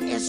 this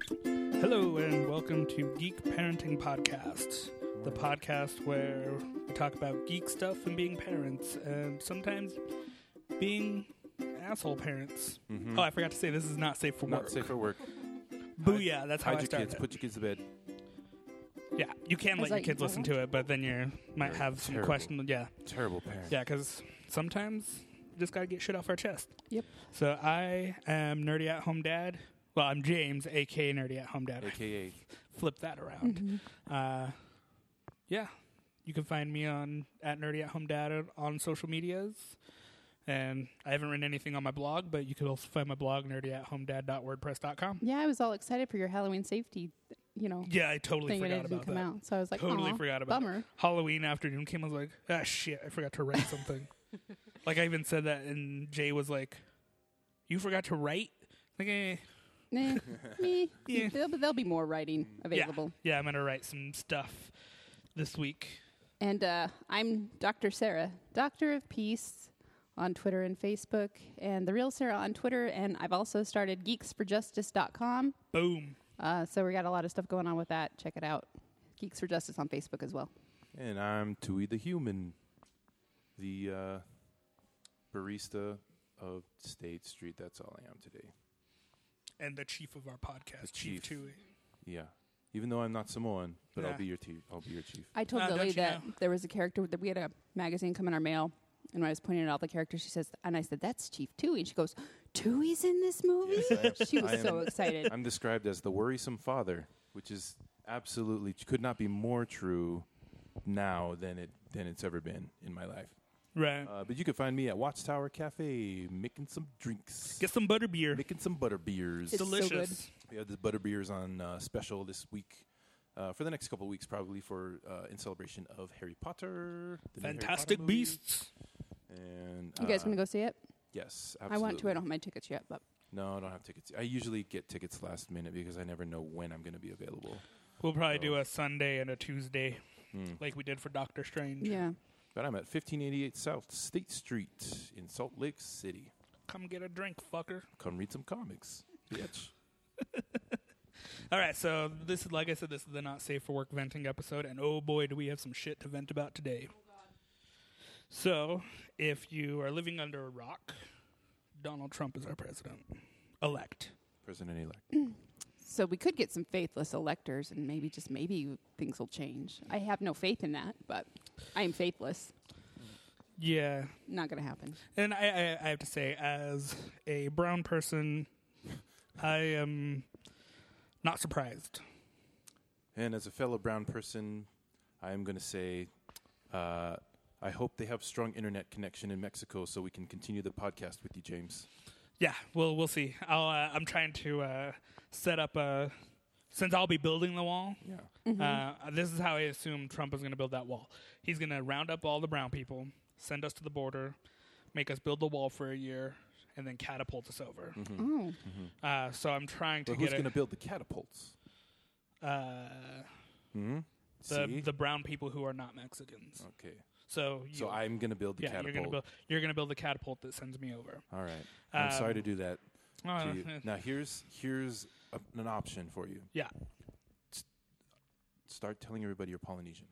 Hello, and welcome to Geek Parenting Podcast, the podcast where we talk about geek stuff and being parents, and sometimes being asshole parents. Oh, I forgot to say this is not safe for Mm-hmm. Not work. safe for work. Booyah, that's how Hide I your started. kids. Put your kids to bed. yeah, you can let your like, kids listen to it, but then you might have some terrible. questions. Yeah, Terrible parent. yeah, because sometimes you just gotta get shit off our chest. Yep. So I am Nerdy at Home Dad. Well, I'm James, aka Nerdy at Home Dad. I AKA. flip that around. Mm-hmm. Uh, yeah, you can find me on at Nerdy at Home Dad on social medias, and I haven't written anything on my blog, but you can also find my blog nerdy at home dad.wordpress.com. Yeah, I was all excited for your Halloween safety, you know, Yeah, I totally thing and it forgot didn't about come that. out. So I was like, Totally "Aw, forgot about bummer. it. Halloween afternoon came. I was like, ah, shit, I forgot to write something. like I even said that, and Jay was like, "You forgot to write." Like, eh, Nah, meh. Yeah. There'll, be- there'll be more writing yeah, available. yeah, I'm gonna write some stuff this week. And uh, I'm Dr. Sarah, Doctor of Peace on Twitter and Facebook, and The Real Sarah on Twitter. And I've also started geeksforjustice.com. Boom. Uh, so we got a lot of stuff going on with that. Check it out. Geeks for Justice on Facebook as well. And I'm Tui the human, the uh, barista of State Street. That's all I am today. and the chief of our podcast, The Chief chief. Tui. Yeah. Even though I'm not Samoan, but Nah. I'll be your chief. I'll be your chief. I told Ah, don't Lily you that know? there was a character that we had a magazine come in our mail, and when I was pointing out all the characters, she says, and I said, "That's Chief Tui," and she goes, "Tui's in this movie." she I was am- so excited. I'm described as the worrisome father, which is absolutely could not be more true now than it than it's ever been in my life. Right. Uh, but you can find me at Watchtower Cafe making some drinks, Get some butter beer. making some butter beers. It's so good. Delicious. We have the butter beers on uh, special this week. Uh, for the next couple of weeks, probably for uh, in celebration of Harry Potter, the new Harry Fantastic Potter movie. beasts. and you guys uh, gonna go see it? Yes, I want to. absolutely. I don't have my tickets yet, but No, I don't have tickets. I usually get tickets last minute because I never know when I'm going to be available. We'll probably do a Sunday and a Tuesday, Hmm. like we did for Doctor Strange. yeah, But I'm at 1588 South State Street in Salt Lake City. Come get a drink, fucker. Come read some comics. Bitch. All right, so this is like I said, this is the not safe for work venting episode, and oh boy, do we have some shit to vent about today. Oh, So, if you are living under a rock, Donald Trump is our president elect. President elect. so we could get some faithless electors, and maybe just maybe things will change. I have no faith in that, but I am faithless. Yeah, Not gonna happen. And I, I, I have to say, as a brown person, I am not surprised. And as a fellow brown person, I am going to say uh, I hope they have strong internet connection in Mexico so we can continue the podcast with you, James. Yeah, well, we'll see. I'll, uh, I'm trying to uh, set up a. Since I'll be building the wall, Yeah. uh, this is how I assume Trump is going to build that wall. He's going to round up all the brown people, send us to the border, make us build the wall for a year, and then catapult us over. Oh, Uh, so I'm trying to Mm-hmm. But who's get going to a, build the catapults? uh, See? the, the brown people who are not Mexicans. okay. So you, So I'm going to build the yeah, catapult. you're gonna build you're gonna build the catapult that sends me over. All right. I'm Um, sorry to do that. Oh, to no, you. no. Now here's here's a, an option for you. Yeah, Start telling everybody you're Polynesian.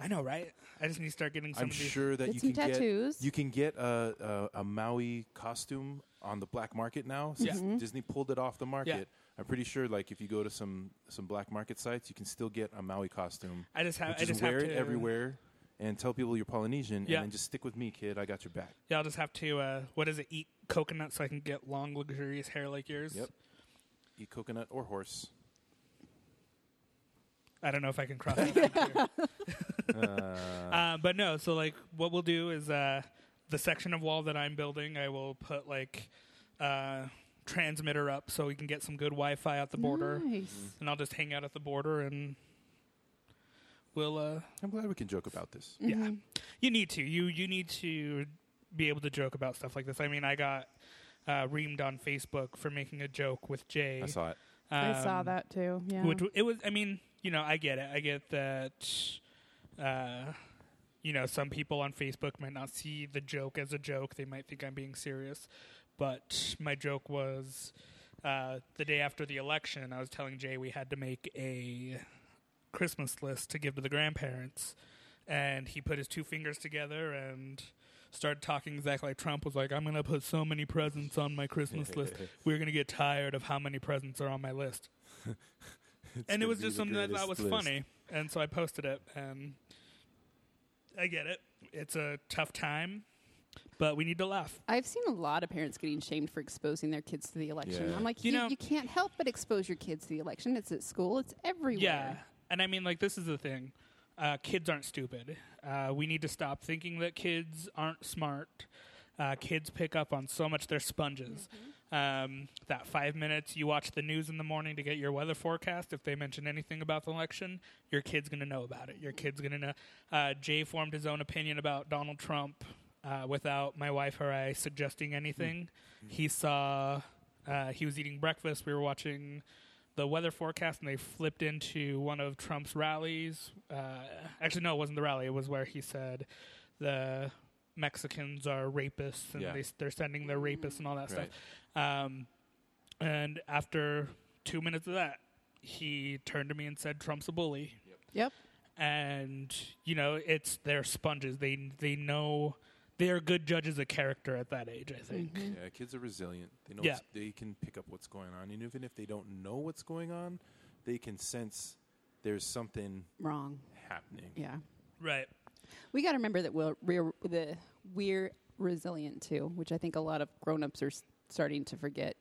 I know, right? I just need to start getting some I'm of these. sure that Get you some can tattoos. get you can get a, a, a Maui costume on the black market now. Since Mm-hmm. Disney pulled it off the market, I'm pretty sure like if you go to some some black market sites, you can still get a Maui costume. I just have- Which I is just have wear to- it everywhere and tell people you're Polynesian, Yeah. and then just stick with me, kid. I got your back. Yeah, I'll just have to. Uh, what is it? Eat coconut so I can get long, luxurious hair like yours. Yep. Eat coconut or horse. I don't know if I can cross. that frontier. uh, but no, so like, what we'll do is uh, the section of wall that I'm building, I will put like uh, transmitter up so we can get some good Wi-Fi out the border, Nice. and I'll just hang out at the border and we'll. Uh, I'm glad we can joke about this. yeah, Mm-hmm. you need to. You you need to be able to joke about stuff like this. I mean, I got uh, reamed on Facebook for making a joke with Jay. Um, I saw it. I saw that too. Yeah. Which it was. I mean, you know, I get it. I get that. Uh, you know, some people on Facebook might not see the joke as a joke. They might think I'm being serious, but my joke was uh, the day after the election. I was telling Jay we had to make a Christmas list to give to the grandparents, and he put his two fingers together and started talking exactly like Trump was like, "I'm gonna put so many presents on my Christmas list. We're gonna get tired of how many presents are on my list." and it gonna was be just the something that I thought was greatest list. funny, and so I posted it. And I get it; it's a tough time, but we need to laugh. I've seen a lot of parents getting shamed for exposing their kids to the election. Yeah. I'm like, You you, know- you can't help but expose your kids to the election. It's at school. It's everywhere. Yeah, and I mean, like, this is the thing: uh, kids aren't stupid. Uh, we need to stop thinking that kids aren't smart. Uh, kids pick up on so much; they're sponges. Um, that five minutes you watch the news in the morning to get your weather forecast. If they mention anything about the election, your kid's gonna know about it. Your kid's gonna know. Uh, Jay formed his own opinion about Donald Trump uh, without my wife or I suggesting anything. He saw. Uh, he was eating breakfast. We were watching the weather forecast and they flipped into one of Trump's rallies. Uh, actually, no, it wasn't the rally. It was where he said the Mexicans are rapists and Yeah. they, they're sending their rapists and all that stuff. Right. Um, and after two minutes of that, he turned to me and said, Trump's a bully Yep. and you know it's they're sponges they they know they are good judges of character at that age i think Yeah, kids are resilient. They know Mm-hmm. Yeah. what's- they can pick up what's going on, and even if they don't know what's going on, they can sense there's something Wrong. happening. Yeah. Mm-hmm. right We got to remember that we're, we're the we're resilient too, which I think a lot of grown-ups are s- starting to forget.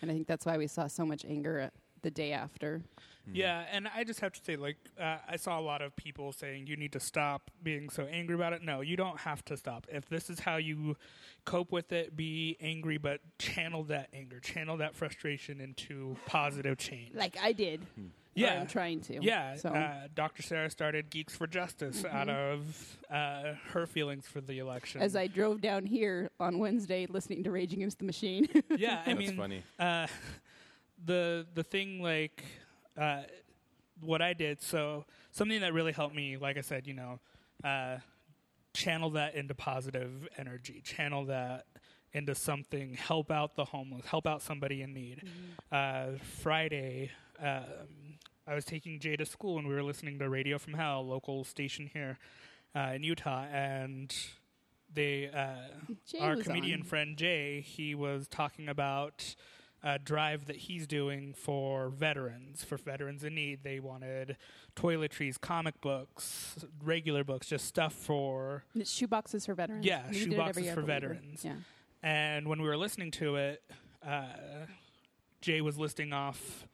And I think that's why we saw so much anger uh, the day after. Mm-hmm. yeah and i just have to say like uh, i saw a lot of people saying you need to stop being so angry about it no you don't have to stop if this is how you cope with it be angry but channel that anger channel that frustration into positive change Like I did. Yeah. I'm trying to. Yeah, So Mm-hmm. uh, Dr. Sarah started Geeks for Justice out of uh, her feelings for the election. as I drove down here on Wednesday, listening to Rage Against the Machine. yeah, I That's mean, funny. Uh, the the thing like uh, what I did. So something that really helped me, like I said, you know, uh, channel that into positive energy. Channel that into something. Help out the homeless. Help out somebody in need. Uh, Friday. Um, I was taking Jay to school and we were listening to Radio from Hell, local station here uh, in Utah, and they uh, Jay our was comedian on. friend Jay, he was talking about a drive that he's doing for veterans, for veterans in need. They wanted toiletries, comic books, regular books, just stuff for It's shoeboxes for veterans. Yeah, We did it every shoeboxes year, for I believe. veterans. Yeah. And when we were listening to it, uh, Jay was listing off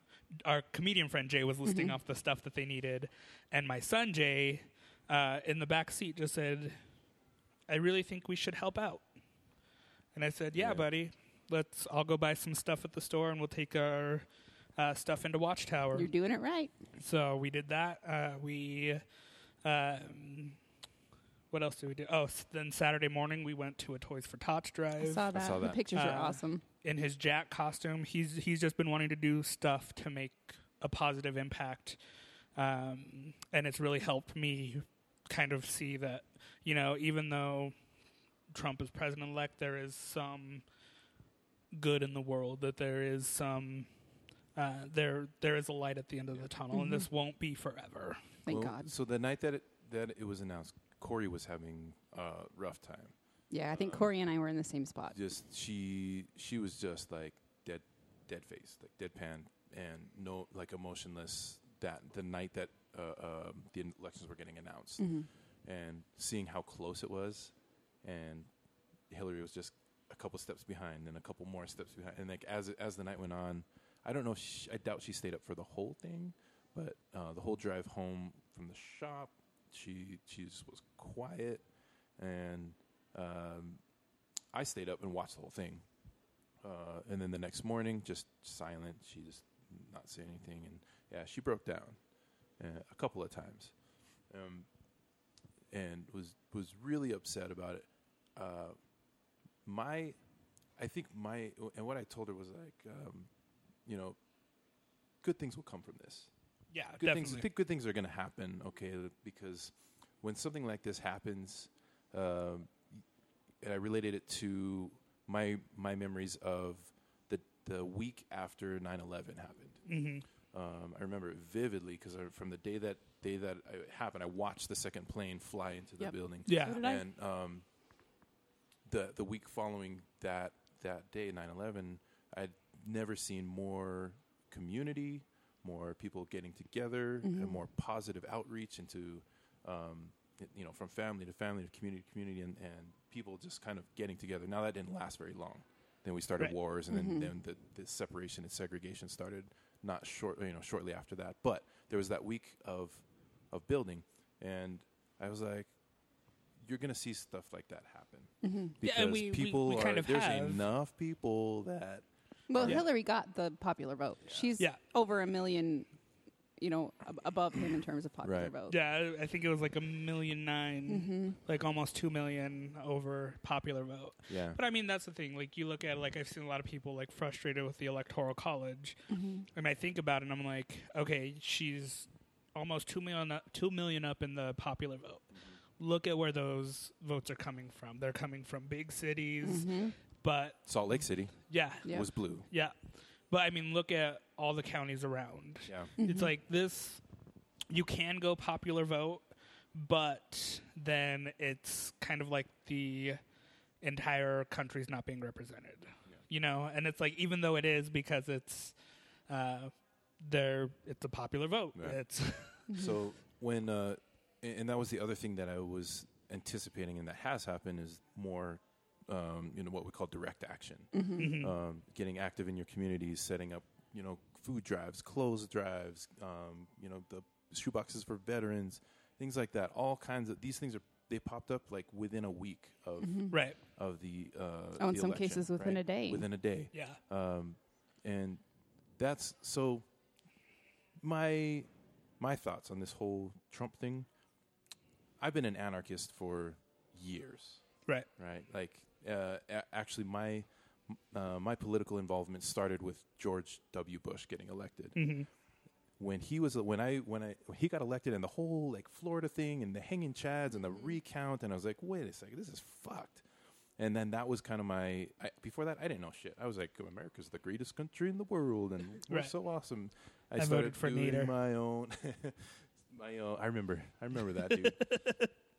our comedian friend Jay was listing Mm-hmm. off the stuff that they needed, and my son Jay uh, in the back seat just said, "I really think we should help out." And I said, "Yeah, buddy, let's. I'll go buy some stuff at the store, and we'll take our uh, stuff into Watchtower." You're doing it right. So we did that. Uh, we, um, what else did we do? Oh, s- then Saturday morning we went to a Toys for Tots drive I saw that. saw The that. pictures Uh, are awesome. in his Jack costume. He's he's just been wanting to do stuff to make a positive impact, um, and it's really helped me kind of see that you know even though Trump is president elect, there is some good in the world. That there is some uh, there there is a light at the end of the tunnel, Mm-hmm. and this won't be forever. Thank Well, God. So the night that it, that it was announced, Corey was having a rough time. Yeah, I think Corey and I were in the same spot. Just she she was just like dead dead face, like deadpan and no like emotionless. That the night that uh, uh, the elections were getting announced, and seeing how close it was, and Hillary was just a couple steps behind, then a couple more steps behind, and like as as the night went on, I don't know. If she, I doubt she stayed up for the whole thing, but uh, the whole drive home from the shop, she she just was quiet, and um, I stayed up and watched the whole thing. uh, and then the next morning, just silent. She just not saying anything, and yeah, she broke down uh, a couple of times, um, and was was really upset about it. Uh, my, I think my and what I told her was like, um, you know, good things will come from this Yeah, good definitely. things. I think good things are going to happen. Okay, th- because when something like this happens, um, and I related it to my my memories of the the week after 9-11 happened. Um, I remember it vividly because from the day that day that it happened, I watched the second plane fly into the Yep. building. Yeah. So did I. and um, the the week following that that day 9/11 I'd never seen more community more people getting together and more positive outreach into um, y- you know from family to family to community to community and, and people just kind of getting together now that didn't last very long then we started Right. Mm-hmm. wars and then, then the, the separation and segregation started not short you know shortly after that but there was that week of of building and I was like you're gonna see stuff like that happen because Mm-hmm. Yeah, and we- we- people we are kind of there's have. enough people that Well, Hillary got the popular vote. She's Oh, Yeah. over a million, you know, ab- above him in terms of popular Right. vote. Yeah, I- I think it was like a million Mm-hmm. nine, like almost two million over popular vote. Yeah. But I mean, that's the thing. Like, you look at like I've seen a lot of people like frustrated with the electoral college, and I think about it, and I'm like, okay, she's almost two million up, two million up in the popular vote. Look at where those votes are coming from. They're coming from big cities, but Salt Lake City yeah, Yeah. was blue. yeah. But I mean, look at all the counties around. Yeah. It's like this you can go popular vote, but then it's kind of like the entire country's not being represented. You know, and it's like even though it is because it's uh there it's a popular vote. Yeah. It's So when uh, a- and that was the other thing that I was anticipating and that has happened is more um, you know what we call direct action, Mm-hmm. um, getting active in your communities, setting up you know food drives, clothes drives, um, you know the shoeboxes for veterans, things like that. All kinds of these things are they popped up like within a week of right. of the uh, Oh, in the some election, cases within right? a day. within a day Yeah. and that's so my my thoughts on this whole Trump thing. I've been an anarchist for years, right. right? Like uh, a- actually my uh, my political involvement started with George W. Bush getting elected. Mm-hmm. When he was when I when I when he got elected and the whole like Florida thing and the hanging chads and the Mm-hmm. recount and I was like, wait a second, this is fucked. And then that was kind of my. I, before that, I didn't know shit. I was like, "America's the greatest country in the world, and we're Right. so awesome." I, I started voted for doing Nader. my own, my own. I remember, I remember that dude.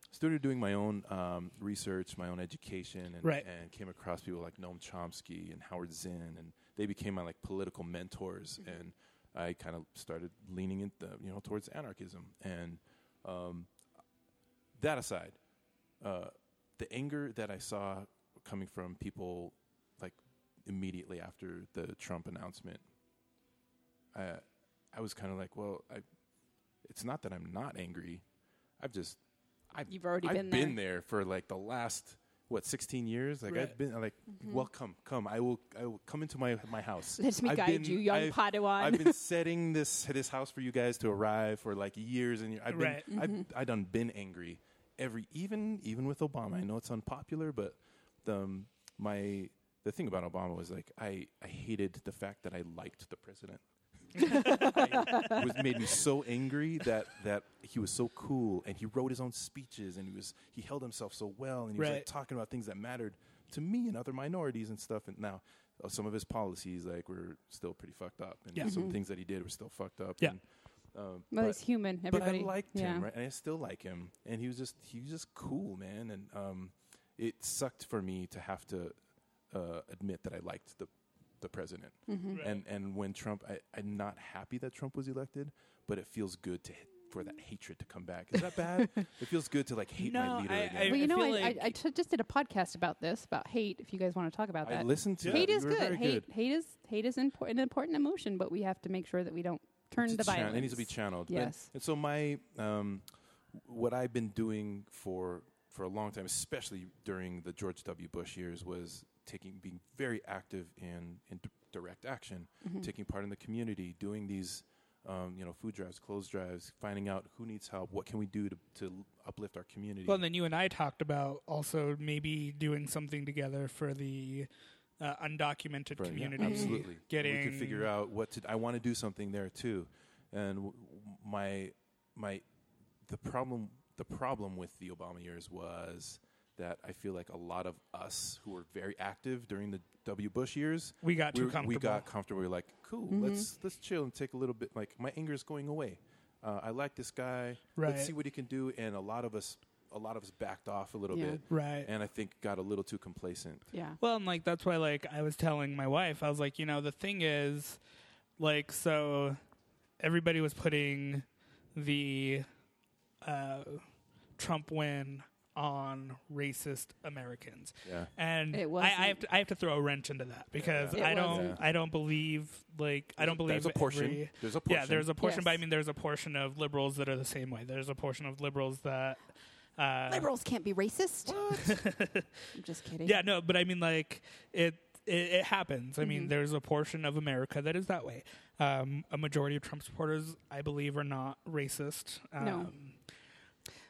started doing my own um, research, my own education, and, Right. and came across people like Noam Chomsky and Howard Zinn, and they became my like political mentors, and I kind of started leaning in the, you know towards anarchism. And um, that aside, uh, the anger that I saw coming from people like immediately after the Trump announcement, I I was kind of like, well, I, it's not that I'm not angry. I've just I've You've already I've been been there for like the last what 16 years. Like I've Right. been like, Mm-hmm. well, come, come. I will I will come into my my house. Let me I've guide you, young I've- Padawan. I've been setting this this house for you guys to arrive for like years and years. I've been Right. I've, Mm-hmm. I done been angry every even even with Obama. I know it's unpopular, but the um, my the thing about Obama was like I I hated the fact that I liked the president. I was made me so angry that that he was so cool and he wrote his own speeches and he was he held himself so well and he was like Right. talking about things that mattered to me and other minorities and stuff and now uh, some of his policies like were still pretty fucked up and Yeah. Mm-hmm. some things that he did were still fucked up Yeah. and Well, he's human. Everybody. but I liked yeah. him, right? And I still like him. And he was just he was just cool, man. And um, it sucked for me to have to uh, admit that I liked the the president. Mm-hmm. And and when Trump, I, I'm not happy that Trump was elected, but it feels good to for that hatred to come back. Is that bad? it feels good to like hate No, my leader I- again. Well, you I know, I, feel I, like- I t- just did a podcast about this about hate. If you guys want to talk about I that, listened to hate that. is You were good. very Hate, good. hate is hate is impor- an important emotion, but we have to make sure that we don't turn It's to chan- violence. It needs to be channeled. And- Yes. And, so my um, what I've been doing for for a long time, especially during the George W. Bush years, was taking being very active in in d- direct action, Mm-hmm. taking part in the community, doing these um, you know food drives, clothes drives, finding out who needs help, what can we do to to uplift our community. Well, and then you and I talked about also maybe doing something together for the uh, undocumented Right, yeah, community. absolutely. Getting we could figure out what to. I want to do something there too, and w- my my the problem the problem with the Obama years was that I feel like a lot of us who were very active during the W. Bush years, We got too were- We comfortable. got Mm-hmm. comfortable. We're like, cool, let's let's chill and take a little bit. Like my anger is going away. Uh, I like this guy. Right. Let's see what he can do. And a lot of us, a lot of us backed off a little Yeah. bit. Right. And I think got a little too complacent. Yeah. Well, and like that's why like I was telling my wife, I was like, you know, the thing is, like, so everybody was putting the uh, Trump win on racist Americans. Yeah. And It I, I have wasn't. to I have to throw a wrench into that because It I don't wasn't. I don't believe like I don't believe there's a portion. every- There's a Yeah, portion. there's a portion, but I Yes. mean there's a portion of liberals that are the same way. There's a portion of liberals that uh, Liberals can't be racist. I'm just kidding. Yeah, no, but I mean, like it, it, it happens. I Mm-hmm. mean, there's a portion of America that is that way. Um, a majority of Trump supporters, I believe, are not racist. Um, No.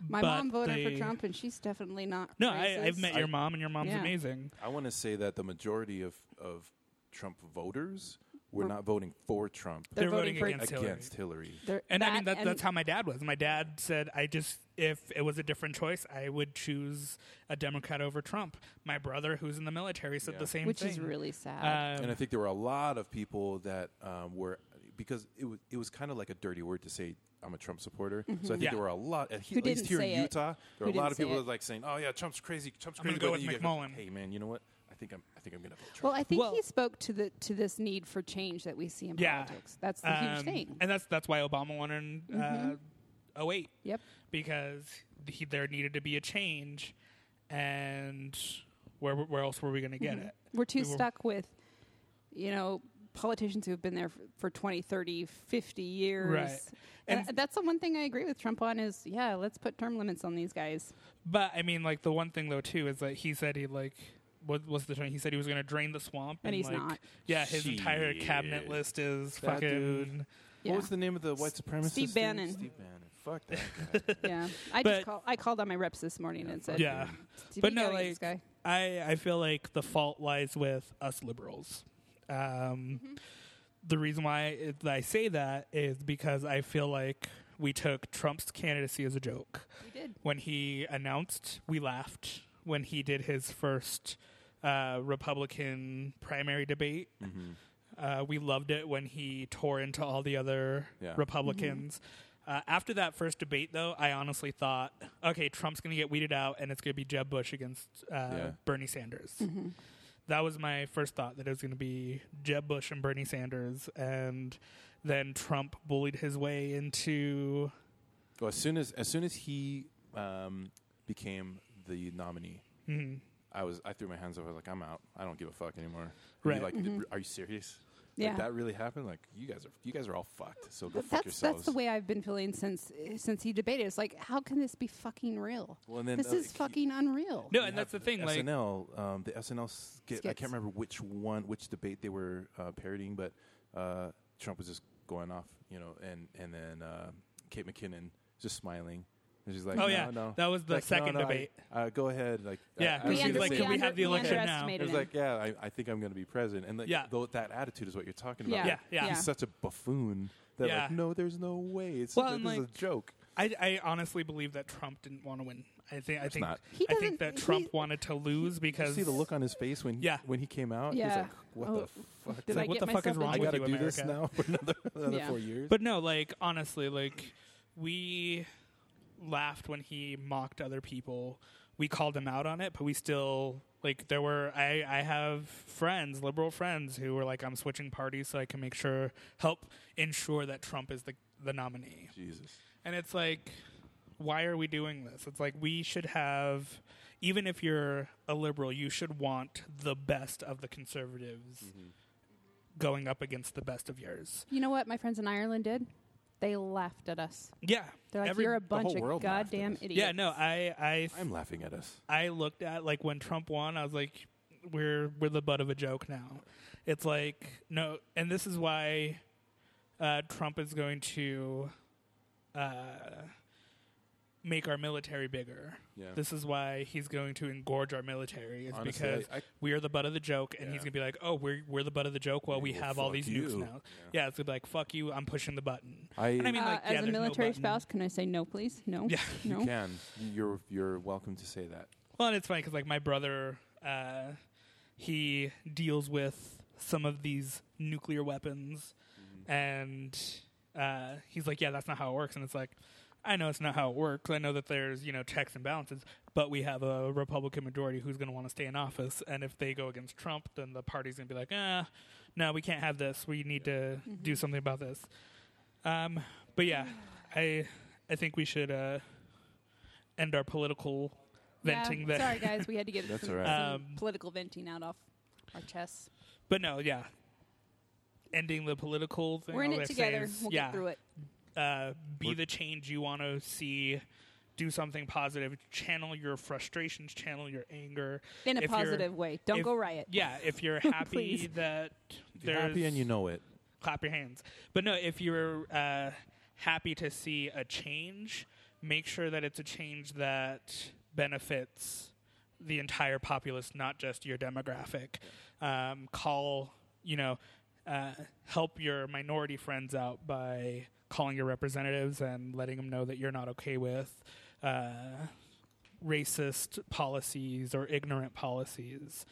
My but mom voted they- for Trump, and she's definitely not. No, racist. I, I've met your mom, and your mom's Yeah. amazing. I want to say that the majority of, of Trump voters were not voting for Trump They're They're voting, voting for- against, Hillary. Um, against Hillary. They're- And I mean, that that, that's how my dad was. My dad said, I just, if it was a different choice, I would choose a Democrat over Trump. My brother, who's in the military, said the same which thing. is really sad. Um, And I think there were a lot of people that um, were because it was it was kind of like a dirty word to say I'm a Trump supporter. So I think Mm-hmm. Yeah. there were a lot at, he- Who at least didn't here say in it. Utah, Who there were a lot didn't of people say that it. were like saying, "Oh yeah, Trump's crazy, Trump's I'm crazy." gonna go but with then you McMullen. Guys, hey man, you know what? I think I'm I think I'm gonna vote Trump. well, I think well- he spoke to the to this need for change that we see in Yeah. politics. That's the um, huge thing. Mm-hmm. And that's, that's why Obama won in uh, 08. yep. because he, there needed to be a change, and where where else were we going to get it? We're too we were- stuck with, you know, politicians who have been there for, for 20, 30, 50 years. Right. And, that's the one thing I agree with Trump on is, yeah, let's put term limits on these guys. But I mean, like the one thing though too is that he said he like what was the term? He said he was going to drain the swamp, And he's like, not. Yeah, his entire Shit. cabinet list is That fucking. dude. Yeah. What was the name of the white supremacist? Steve dude? Bannon. Steve Bannon. Fuck that guy. yeah. I But- just call, I called on my reps this morning and said, Yeah, "Did but you no, go against like this guy?" I I feel like the fault lies with us liberals. Um, Mm-hmm. The reason why it, I say that is because I feel like we took Trump's candidacy as a joke. We did. when he announced, we laughed. When he did his first uh, Republican primary debate, uh, we loved it. When he tore into all the other Yeah. Republicans. Mm-hmm. Uh, after that first debate, though, I honestly thought, okay, Trump's going to get weeded out, and it's going to be Jeb Bush against uh, Yeah. Bernie Sanders. Mm-hmm. That was my first thought that it was going to be Jeb Bush and Bernie Sanders, and then Trump bullied his way into Well, as soon as as soon as he um, became the nominee, Mm-hmm. I was I threw my hands up. I was like, I'm out. I don't give a fuck anymore. And he Right. Like, are you serious? Mm-hmm. Yeah. Like, that really happened. Like, you guys are you guys are all fucked. So go fuck That's yourselves. that's the way I've been feeling since since he debated. It's like, how can this be fucking real? Well, and then, this uh, is he- fucking unreal. No, and that's the thing. Like, SNL, um, the SNL skit. I Skits. can't remember which one, which debate they were uh, parodying, but uh, Trump was just going off, you know, and and then uh, Kate McKinnon just smiling. And she's like, Oh, no, yeah. no. That was the Like, "No, second no, I- debate. uh, go ahead, like, Yeah, I, I We was gonna under- say- like, can we have the we election now? underestimated It was him. like, yeah, I, I think I'm going to be president, and like, Yeah. tho- that attitude is what you're talking about. Yeah. Yeah, yeah. He's such a buffoon that Yeah. like, no, there's no way. It's Well, such a- and, this is like- a joke. I, I honestly believe that Trump didn't want to win. I think I think not. He I think doesn't- that he- Trump wanted to lose You because see the look on his face when Yeah. when he came out. He's Yeah. like, what Oh, the fuck? did Like, I what get the fuck is myself wrong I into with gotta you, do this America? now for another, another Yeah. four years. But no, like honestly, like we laughed when he mocked other people. We called him out on it, but we still like there were I I have friends, liberal friends who were like I'm switching parties so I can make sure help ensure that Trump is the the nominee. Jesus, And it's like, why are we doing this? It's like we should have, even if you're a liberal, you should want the best of the conservatives going up against the best of yours. You know what my friends in Ireland did? They laughed at us. Yeah, They're like, Every- you're a bunch whole of world laughed at goddamn us." idiots. yeah. No, I I I'm laughing at us. I looked at like when Trump won, I was like, we're we're the butt of a joke now. It's like no, and this is why uh, Trump is going to uh, make our military bigger. Yeah. This is why he's going to engorge our military. Is Honestly, because I- I- we are the butt of the joke, and he's Yeah. gonna be like, "Oh, we're we're the butt of the joke. Well, we Well, have all fuck these nukes you. now." Yeah. it's gonna be like, "Fuck you! I'm pushing the button." I- and I mean, Uh, like, as yeah, a there's no military button. spouse, can I say no, please? No. Yeah. No. You can. You're you're welcome to say that. Well, and it's funny because like my brother, uh, he deals with some of these nuclear weapons, and uh, he's like, "Yeah, that's not how it works." And it's like, I know it's not how it works. I know that there's you know checks and balances, but we have a Republican majority who's going to want to stay in office, and if they go against Trump, then the party's going to be like, "Ah, no, we can't have this. We need to Mm-hmm. do something about this." Um, but yeah, I I think we should uh, end our political Yeah, venting there. Sorry, guys, we had to get That's some, all right. some Um, political venting out off our chests. But no, yeah. Ending the political thing. We're in all I it say together. is, We'll yeah, get through it. Uh, be We're- the change you want to see. Do something positive. Channel your frustrations. Channel your anger In a If you're- positive way. Don't if- go riot. Yeah, if you're Please. happy that You're there's happy and you know it. clap your hands. But no, if you're uh, happy to see a change, make sure that it's a change that benefits the entire populace, not just your demographic. Um, call, you know, uh, help your minority friends out by calling your representatives and letting them know that you're not okay with. Uh, racist policies or ignorant policies.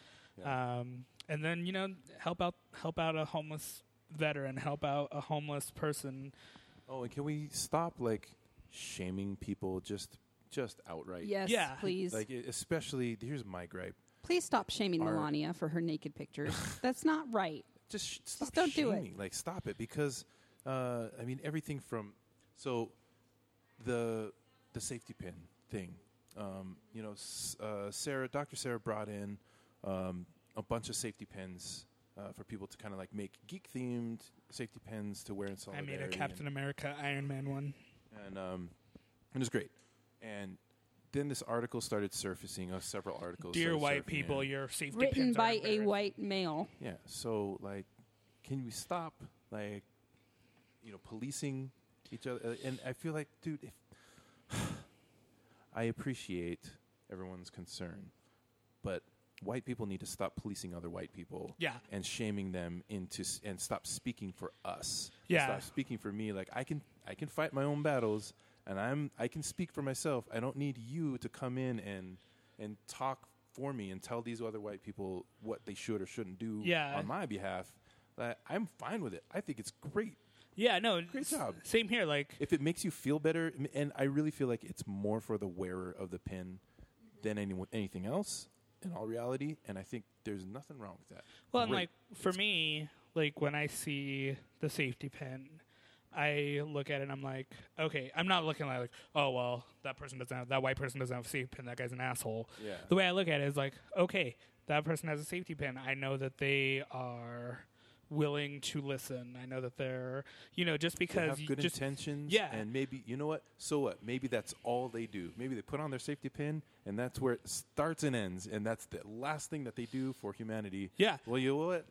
Um, and then you know help out help out a homeless veteran, help out a homeless person. Oh, and can we stop like shaming people just just outright? Yes, Yeah. please. Like e- especially here's my gripe. please stop shaming Our- Melania for her naked pictures. That's not right. just sh- stop don't do it. shaming. Like stop it because uh, I mean everything from so the the safety pin thing. Um, you know, s- uh, Sarah, Dr. Sarah brought in um, a bunch of safety pins uh, for people to kind of like make geek themed safety pins to wear in I solidarity. made a and- Captain America Iron Man one. and um, it was great. And then this article started surfacing. Uh, several articles. Dear started white surfacing people, in. your safety Written pins are by a embarrassing. white male. Yeah. So like, can we stop like, you know, policing each other? Uh, And I feel like, dude, if I appreciate everyone's concern, but white people need to stop policing other white people. Yeah. And shaming them into s- and stop speaking for us. and Yeah. Stop speaking for me. Like I can I can fight my own battles and I'm I can speak for myself. I don't need you to come in and and talk for me and tell these other white people what they should or shouldn't do Yeah. on my behalf. Like, I'm fine with it. I think it's great Yeah, no, Great s- job. Same here. Like, if it makes you feel better m- and i really feel like it's more for the wearer of the pin than anyone, anything else in all reality and i think there's nothing wrong with that well, and Great. like for me, like when I see the safety pin. I look at it and I'm like, okay, I'm not looking like, oh well, that person doesn't have that white person doesn't have a safety pin, that guy's an asshole. Yeah. The way I look at it is like, okay, that person has a safety pin. I know that they are willing to listen. I know that they're, you know, just they because have you good just, intentions yeah. and maybe you know what so what maybe that's all they do maybe they put on their safety pin and that's where it starts and ends and that's the last thing that they do for humanity Yeah. well you know what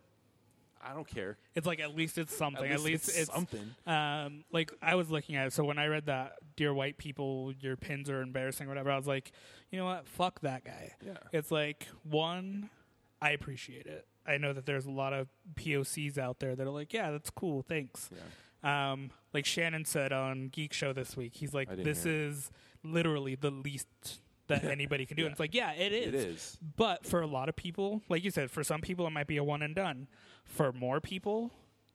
i don't care It's like at least it's something. At, least, it's, something. Um, like I was looking at it. So when I read that, "Dear white people, your pins are embarrassing," or whatever, I was like, you know what? Fuck that guy. Yeah. It's like one, I appreciate it. I know that there's a lot of POCs out there that are like, yeah, that's cool, thanks. Um, like Shannon said on Geek Show this week, he's like, I didn't this hear is literally the least that anybody can do. And it's like, yeah, it is. It is. But for a lot of people, like you said, for some people it might be a one and done. For more people,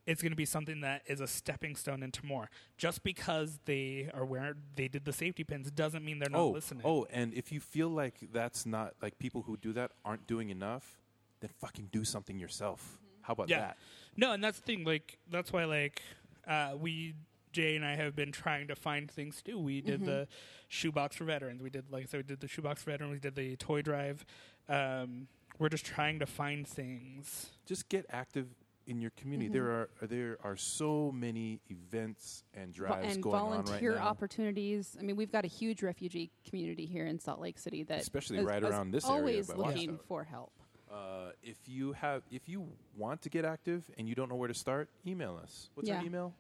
it's going to be something that is a stepping stone into more. Just because they are where they did the safety pins doesn't mean they're not oh, listening. Oh, and if you feel like that's not like people who do that aren't doing enough, then fucking do something yourself. Mm-hmm. How about yeah. that? No, and that's the thing. Like that's why like uh, we Jay and I have been trying to find things to do. We did Mm-hmm. the shoebox for veterans. We did like I said, we did the shoebox for veterans. We did the toy drive. Um, we're just trying to find things. Just get active in your community. There are there are so many events and Mm-hmm. Vo- drives and going on right volunteer now. opportunities. I mean, we've got a huge refugee community here in Salt Lake City that Especially is- right is around this area always by looking Watchtower. for help. Uh, if you have, if you want to get active and you don't know where to start, email us. What's our Yeah. email?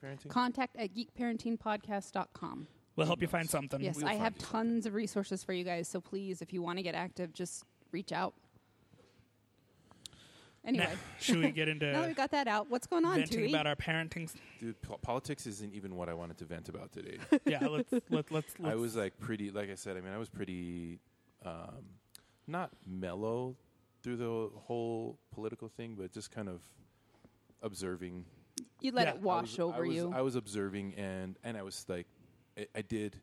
Parenting. Contact at geekparentingpodcast.com. We'll help you find something. Yes, We'll I find have you something. tons of resources for you guys. So please, if you want to get active, just reach out. Anyway, Should we get now that into we've got that out, what's going on, venting Dewey? about our parenting? s- Dude, po- politics isn't even what I wanted to vent about today. Yeah, let's let, let's let's. I was like pretty, like I said, I mean, I was pretty, um, not mellow through the whole political thing, but just kind of observing. you let Yeah, it I I wash was- over I was, you. I was observing, and and I was like, I, I did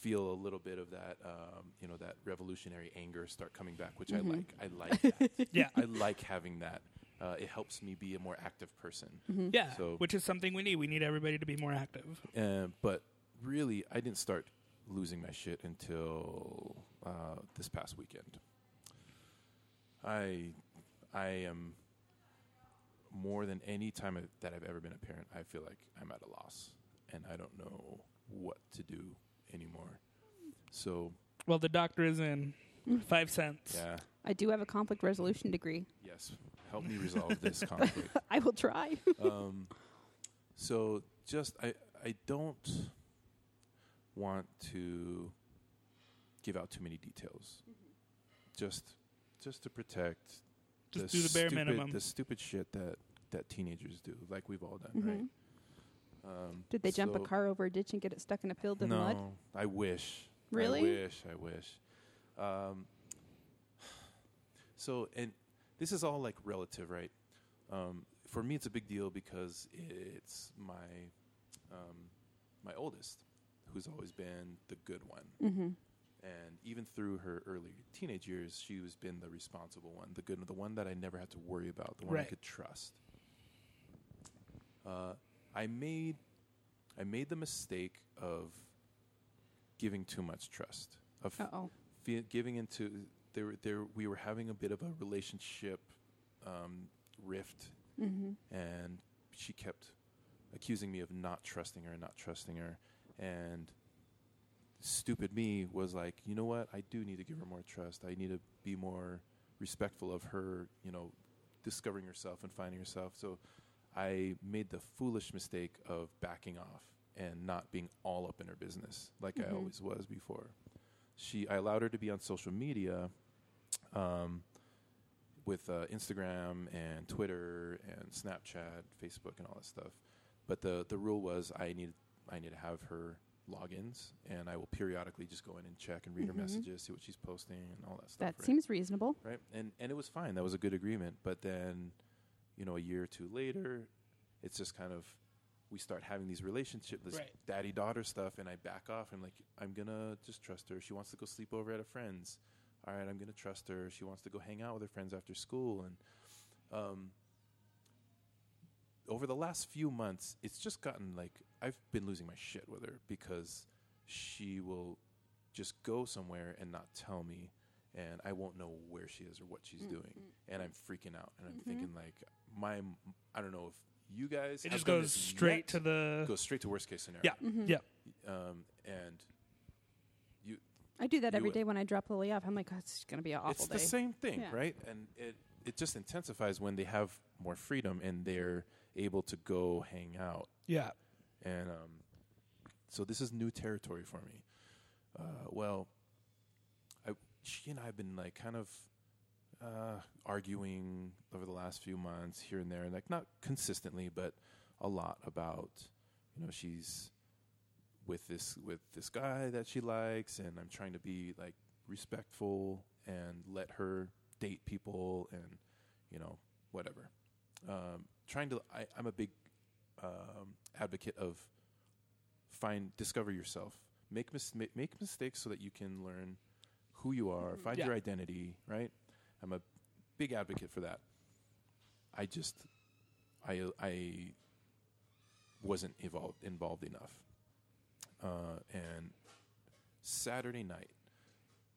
feel a little bit of that, um, you know, that revolutionary anger start coming back, which Mm-hmm. I like. I like that. Yeah. I like having that. Uh, it helps me be a more active person. Mm-hmm. yeah, so- which is something we need. We need everybody to be more active. Uh, but really, I didn't start losing my shit until uh, this past weekend. I, I am more than any time I've- that I've ever been a parent. I feel like I'm at a loss, and I don't know what to do anymore. So Well, the doctor is in. Mm. Five cents. yeah, I do have a conflict resolution degree. yes, help me resolve this conflict. I will try. um, so just I I don't want to give out too many details. Mm-hmm. Just just to protect Just do the bare stupid, minimum. the stupid shit that that teenagers do, like we've all done, right? Um, Mm-hmm. Did they jump a so- car over a ditch and get it stuck in a field of no, mud? I wish. Really? I wish. I wish. Um, so, and this is all like relative, right? Um, for me, it's a big deal because it's my um, my oldest, who's always been the good one, Mm-hmm. and even through her early teenage years, she was been the responsible one, the good, the one that I never had to worry about, the one I Right. could trust. Uh, I made I made the mistake of giving too much trust, of Uh oh. fe- giving into there. There, we were having a bit of a relationship um, rift, and she kept accusing me of not trusting her, not trusting her, and stupid me was like, you know what? I do need to give her more trust. I need to be more respectful of her. You know, discovering herself and finding herself. So. I made the foolish mistake of backing off and not being all up in her business like Mm-hmm. I always was before. She, I allowed her to be on social media, um, with uh, Instagram and Twitter and Snapchat, Facebook, and all that stuff. But the the rule was I need I need to have her logins, and I will periodically just go in and check and read her messages, see what she's posting, and all that stuff. Mm-hmm. That right? seems reasonable. right? And and it was fine. That was a good agreement. But then, you know, a year or two later, it's just kind of we start having these relationship, this Right. daddy daughter stuff, and I back off. I'm like, I'm gonna just trust her. She wants to go sleep over at a friend's. All right, I'm gonna trust her. She wants to go hang out with her friends after school, and um, over the last few months, it's just gotten like I've been losing my shit with her because she will just go somewhere and not tell me, and I won't know where she is or what Mm-hmm. she's doing, and I'm freaking out, and I'm thinking like my I don't know if you guys It have just done goes this straight yet. to the. goes straight to worst case scenario. yeah, Mm-hmm. yeah. um, and you I do that You every would- day when I drop Lily off. I'm like, oh, it's going to be an awful it's day. the same thing, Yeah. right? And it it just intensifies when they have more freedom and they're able to go hang out Yeah. and um, so this is new territory for me. Uh, well, I, she and I have been like kind of uh, arguing over the last few months here and there, like not consistently, but a lot about you know she's with this with this guy that she likes, and I'm trying to be like respectful and let her date people and you know whatever. Um, trying to, I, I'm a big um, advocate of find discover yourself make mis- ma- make mistakes so that you can learn who you are find Yeah. your identity right i'm a big advocate for that i just i i wasn't involved involved enough uh, and saturday night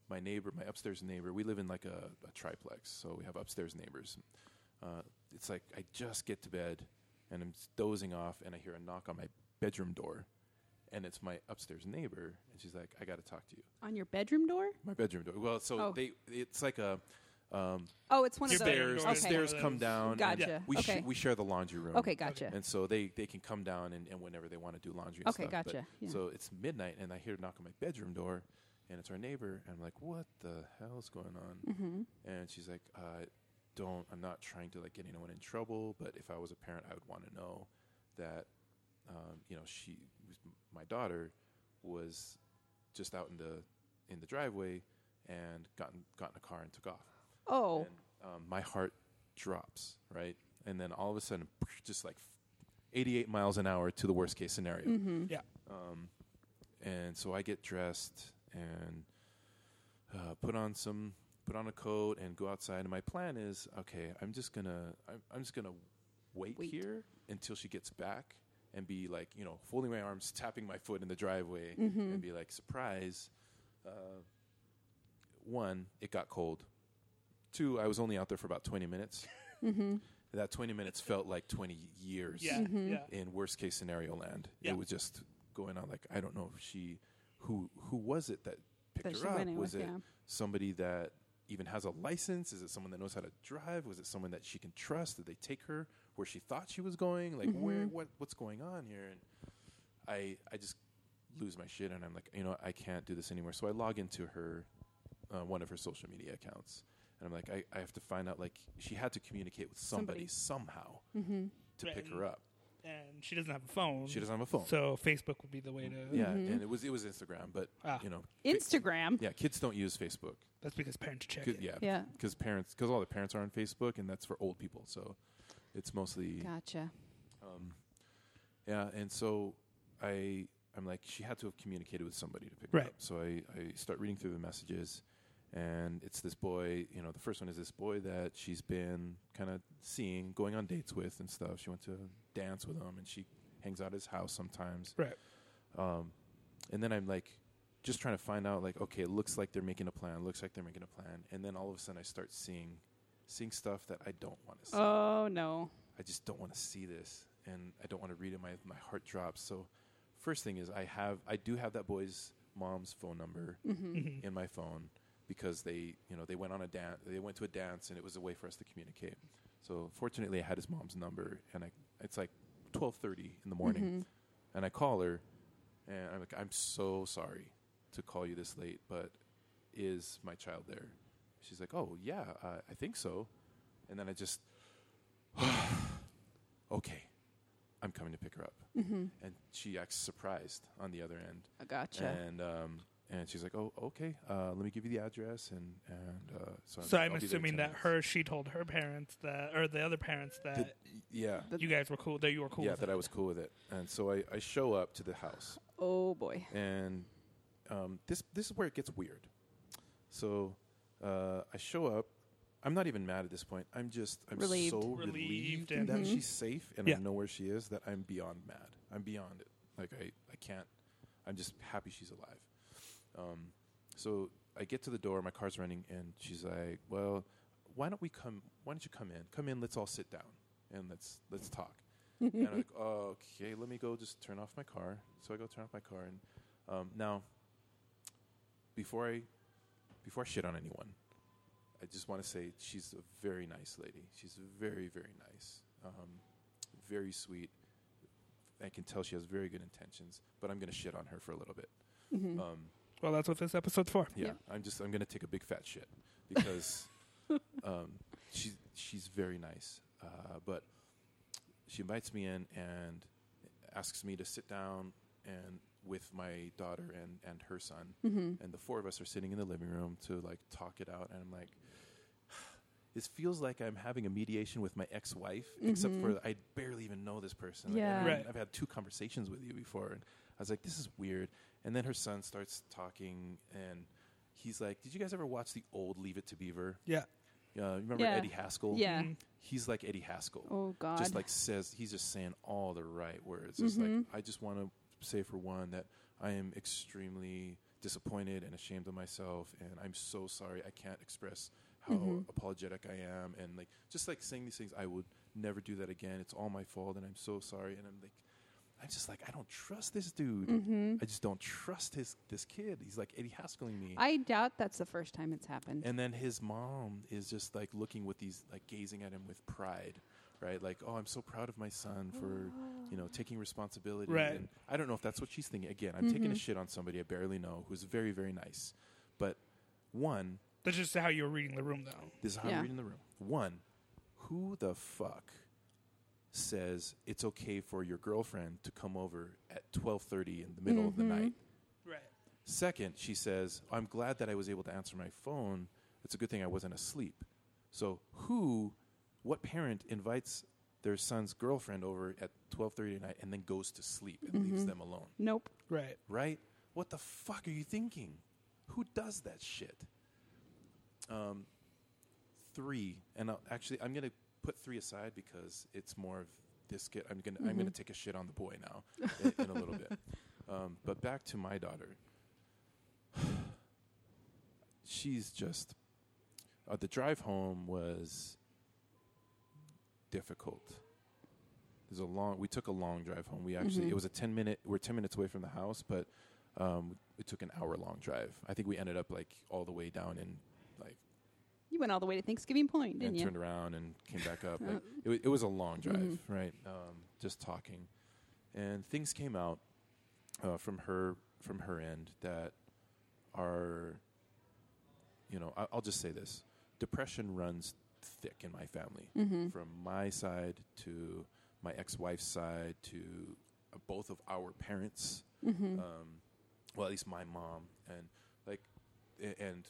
my neighbor my upstairs neighbor we live in like a, a triplex so we have upstairs neighbors uh, it's like I just get to bed and I'm s- dozing off, and I hear a knock on my bedroom door, and it's my upstairs neighbor, and she's like, "I got to talk to you." On your bedroom door? My bedroom door. Well, so Oh. they it's like a Oh, it's one of those. stairs. Okay. The stairs come down. and Gotcha. We, Okay. we share the laundry room. Okay, gotcha. And so they, they can come down and, and whenever they want to do laundry. And Okay, stuff. But- gotcha. Yeah. So it's midnight, and I hear a knock on my bedroom door, and it's our neighbor. And I'm like, "What the hell is going on?" Mm-hmm. And she's like, uh, "Don't. I'm not trying to like get anyone in trouble, but if I was a parent, I would want to know that, um, you know, she, my daughter, was just out in the in the driveway and gotten got in a car and took off." Oh, and um, my heart drops, right? And then all of a sudden, just like 88 miles an hour to the worst case scenario. Yeah. And so I get dressed and uh, put on some, put on a coat and go outside. And my plan is, okay, I'm just gonna, I'm, I'm just gonna wait, here until she gets back and be like, you know, folding my arms, tapping my foot in the driveway, and be like, surprise. Uh, one, it got cold. Two, I was only out there for about 20 minutes. That 20 minutes felt like 20 years Yeah. Yeah. in worst case scenario land. Yeah. It was just going on like I don't know if she who who was it that picked That she her up? went in Was with, it yeah. somebody that even has a license? Is it someone that knows how to drive? Was it someone that she can trust? Did they take her where she thought she was going? Mm-hmm. Like where what what's going on here? And I I just lose my shit and I'm like, you know, I can't do this anymore. So I log into her uh, one of her social media accounts. And I'm like, I, I have to find out. Like, she had to communicate with somebody, Somebody. Mm-hmm. somehow to Right, pick and her up. And she doesn't have a phone. She doesn't have a phone. So Facebook would be the way to. Yeah, and it was it was Instagram, but Ah. you know, Instagram. yeah, kids don't use Facebook. That's because parents check 'Cause- it. yeah, Yeah. because parents because all the parents are on Facebook, and that's for old people. So it's mostly Gotcha. yeah, and so I I'm like she had to have communicated with somebody to pick her Right. up. So I I start reading through the messages, and it's this boy. You know, the first one is this boy that she's been kind of seeing, going on dates with, and stuff. She went to dance with him, and she hangs out at his house sometimes. Right. and then I'm like just trying to find out like okay it looks like they're making a plan looks like they're making a plan and then all of a sudden I start seeing seeing stuff that I don't want to see Oh no. I just don't want to see this and I don't want to read it my my heart drops so first thing is I have I do have that boy's mom's phone number in my phone because they you know they went on a dance they went to a dance and it was a way for us to communicate so fortunately I had his mom's number and I it's like 12:30 in the morning and I call her and I'm like, I'm so sorry to call you this late, but is my child there? She's like, Oh yeah, uh, I think so. And then I just, okay, I'm coming to pick her up. Mm-hmm. And she acts surprised on the other end. I gotcha. And um, and she's like, Oh okay, uh, let me give you the address. And and uh, so, So like, I'm "I'll be there in assuming 10 that minutes." her, she told her parents that, or the other parents that yeah. you guys were cool, that you were cool. Yeah, with that it. I was cool with it. And so I, I show up to the house. oh boy. and um, this this is where it gets weird. So uh, I show up. I'm not even mad at this point. I'm just I'm Relieved. so Relieved relieved, and- Mm-hmm. that she's safe and Yeah. I know where she is. That I'm beyond mad. I'm beyond it. Like I I can't. I'm just happy she's alive. Um, so I get to the door. My car's running, and she's like, "Well, why don't we come? Why don't you come in? Come in. Let's all sit down and let's let's talk." and I'm like, oh, "Okay, let me go. Just turn off my car." So I go turn off my car, and um, now before I before I shit on anyone, I just want to say she's a very nice lady. She's very very nice, um, very sweet. I can tell she has very good intentions, but I'm going to shit on her for a little bit. Um, Well, that's what this episode's for. yeah, I'm just I'm gonna take a big fat shit because um, she's she's very nice, uh, but she invites me in and asks me to sit down and with my daughter and and her son, and the four of us are sitting in the living room to like talk it out, and I'm like. This feels like I'm having a mediation with my ex-wife, except for I barely even know this person. Like, I Yeah. don't even- Right. I've had two conversations with you before, and I was like, this is weird. And then her son starts talking, and he's like, did you guys ever watch the old Leave It to Beaver? Yeah. Uh, you remember Yeah. Eddie Haskell? Yeah. Mhm. He's like Eddie Haskell. Oh, God. Just like says, he's just saying all the right words. It's like, Mm-hmm. I just want to say for one that I am extremely disappointed and ashamed of myself, and I'm so sorry. I can't express how Mm-hmm. apologetic I am, and like just like saying these things, I would never do that again. It's all my fault, and I'm so sorry. And I'm like, I'm just like, I don't trust this dude. Mm-hmm. I just don't trust his this kid. He's like Eddie Haskelling me. I doubt that's the first time it's happened. and then his mom is just like looking with these, like gazing at him with pride, right? Like, oh, I'm so proud of my son for, you know, taking responsibility. Right. And I don't know if that's what she's thinking. Again, I'm taking a shit on somebody I barely know who's very, very nice. But one, That's just how you were reading the room, though. this is how Yeah. I'm reading the room. One, who the fuck says it's okay for your girlfriend to come over at 12:30 in the middle of the night? Right. Second, she says, "I'm glad that I was able to answer my phone. It's a good thing I wasn't asleep." So, who what parent invites their son's girlfriend over at 12:30 at night and then goes to sleep and leaves them alone? nope. Right. right? What the fuck are you thinking? Who does that shit? Um, three, and I'll, actually, I'm gonna put three aside because it's more of this. Get, I'm gonna I'm gonna take a shit on the boy now in, in a little bit. Um, but back to my daughter. She's just uh, the drive home was difficult. There's a long. We took a long drive home. We actually it was a ten minute. We're ten minutes away from the house, but um, it took an hour long drive. I think we ended up like all the way down in like You went all the way to Thanksgiving Point, didn't and you? turned around and came back up. Like, it, wa- it was a long drive, right? Um, just talking, and things came out uh, from her from her end that are, you know, I, I'll just say this: depression runs thick in my family, from my side to my ex-wife's side to uh, both of our parents. Um, well, at least my mom and like, a- and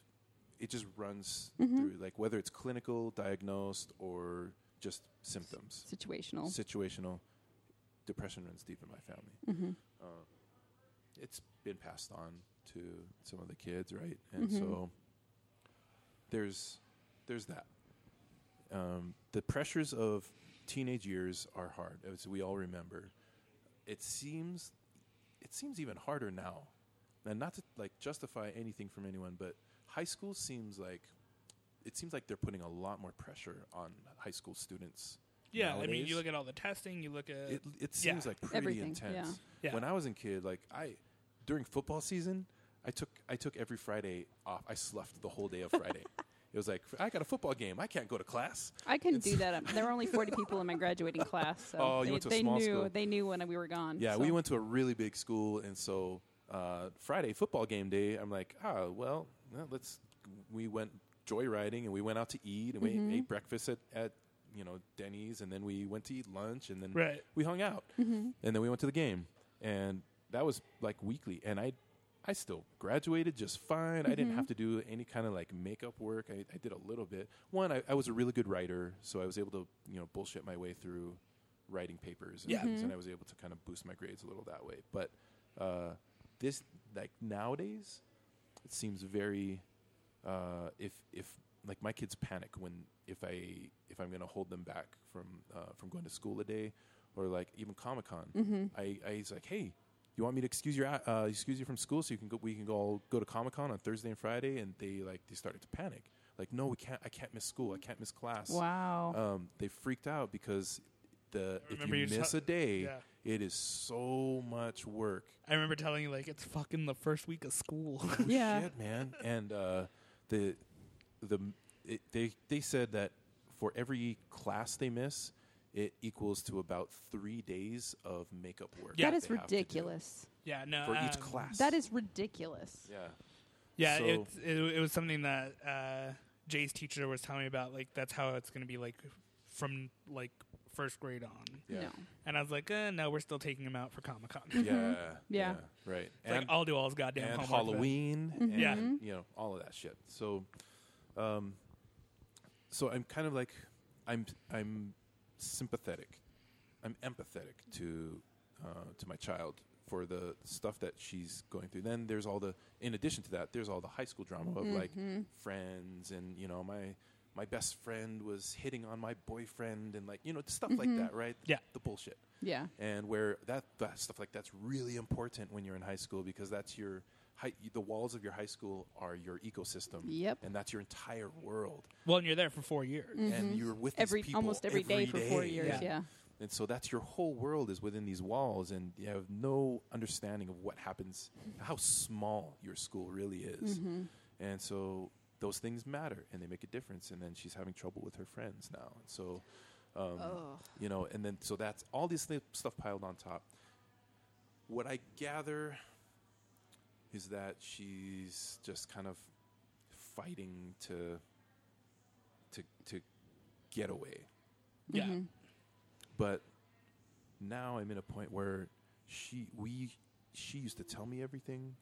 it just runs through like whether it's clinical diagnosed or just symptoms Situational. situational depression runs deep in my family uh, it's been passed on to some of the kids right and so there's there's that um, the pressures of teenage years are hard as we all remember it seems it seems even harder now and not to like justify anything from anyone but high school seems like it seems like they're putting a lot more pressure on high school students Yeah. I mean, nowadays you look at all the testing. You look at. it, it seems yeah. like pretty Everything, intense. yeah. Yeah. When I was a kid, like I during football season, I took I took every Friday off. I slept the whole day of Friday. it was like I got a football game. I can't go to class. I couldn't do that. There were only 40 people in my graduating class. So Oh, you they, went to a they small knew school. they knew when we were gone. Yeah, so. we went to a really big school, and so uh, Friday football game day, I'm like, ah, well, well, let's. We went joyriding, and we went out to eat, and we ate breakfast at, at you know Denny's, and then we went to eat lunch, and then Right. Mm-hmm. we hung out, and then we went to the game, and that was like weekly, and I. I still graduated just fine. I Mm-hmm. didn't have to do any kind of like makeup work. I, I did a little bit. One, I, I was a really good writer, so I was able to you know bullshit my way through writing papers and Yeah. things, and I was able to kind of boost my grades a little that way. But uh, this, like nowadays, it seems very uh, if if like my kids panic when if I if I'm going to hold them back from uh, from going to school a day or like even Comic Con, I I was like, hey. You want me to excuse your a- uh, excuse you from school so you can go we can go all go to Comic Con on Thursday and Friday and they like they started to panic like no we can't I can't miss school I can't miss class Wow. um, they freaked out because the if remember you, you just miss ha- a day, yeah. it is so much work. I remember telling you like it's fucking the first week of school. yeah. Shit, man. And uh, the the it, they they said that for every class they miss, it equals to about three days of makeup work. Yeah. that is they have to do ridiculous. yeah. No. for each um, class. That is ridiculous. yeah. Yeah, So- it's, it, it was something that uh, Jay's teacher was telling me about. Like that's how it's going to be like from like first grade on. Yeah. No. And I was like, eh, no, we're still taking him out for Comic Con. Yeah. Mm-hmm. Yeah. Right. It's like I'll do all his goddamn and homework, but- Halloween, and Yeah. you know all of that shit. So, um, so I'm kind of like, I'm I'm sympathetic, I'm empathetic to uh, to my child for the stuff that she's going through. Then there's all the in addition to that, there's all the high school drama of like Mm-hmm. friends and you know my my best friend was hitting on my boyfriend and like you know stuff like that, right? Mm-hmm. Yeah. the bullshit Yeah. and where that, that stuff like that's really important when you're in high school because that's your high, the walls of your high school are your ecosystem Yep. Mm-hmm. and that's your entire world Well, and you're there for four years. and you're with these Every people almost every day for four years. Yeah. And so that's your whole world is within these walls, and you have no understanding of what happens, how small your school really is. And so those things matter, and they make a difference. And then she's having trouble with her friends now. And so, um, you know, and then so that's all this thi- stuff piled on top. What I gather is that she's just kind of fighting to to to get away. Yeah. Mm-hmm. But now I'm in a point where she we she used to tell me everything,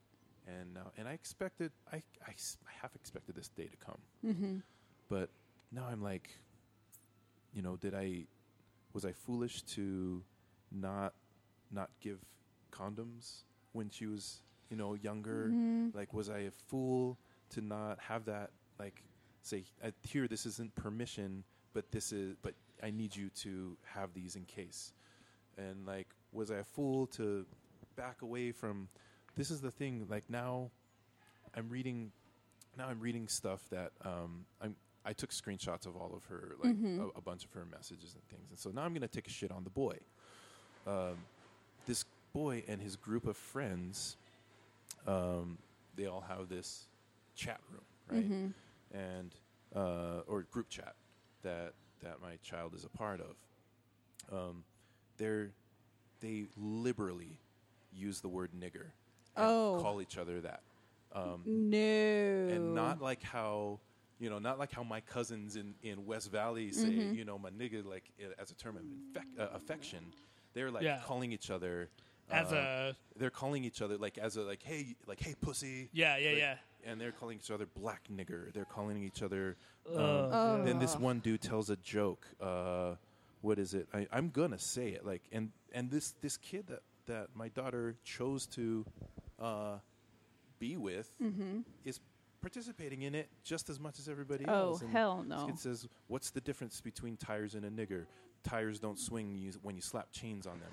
and now and I expected I I, s- I half expected this day to come, mm-hmm. but now I'm like, you know, did I was I foolish to not not give condoms when she was you know younger? Like, was I a fool to not have that like say uh, here this isn't permission, but this is but I need you to have these in case. And like, was I a fool to back away from? This is the thing. Like now, I'm reading now I'm reading stuff that um, I'm I took screenshots of all of her like a, a bunch of her messages and things, and so now I'm gonna take a shit on the boy. Um, this boy and his group of friends, um, they all have this chat room, right? And uh, or group chat that that my child is a part of Um, they're they liberally use the word nigger and Oh. call each other that No. and not like how you know not like how my cousins in in west valley say you know my nigga like i- as a term of infec- uh, affection they're like Yeah. calling each other As uh, a- they're calling each other like as a like hey like hey pussy Yeah, yeah, Like, yeah. and they're calling each other black nigger they're calling each other um, then this one dude tells a joke uh what is it I, i'm gonna say it like and and this this kid that that my daughter chose to uh be with is participating in it just as much as everybody Mm-hmm. Oh, else. And hell this no. Kid says, "What's the difference between tires and a nigger? Tires don't swing you when you slap chains on them."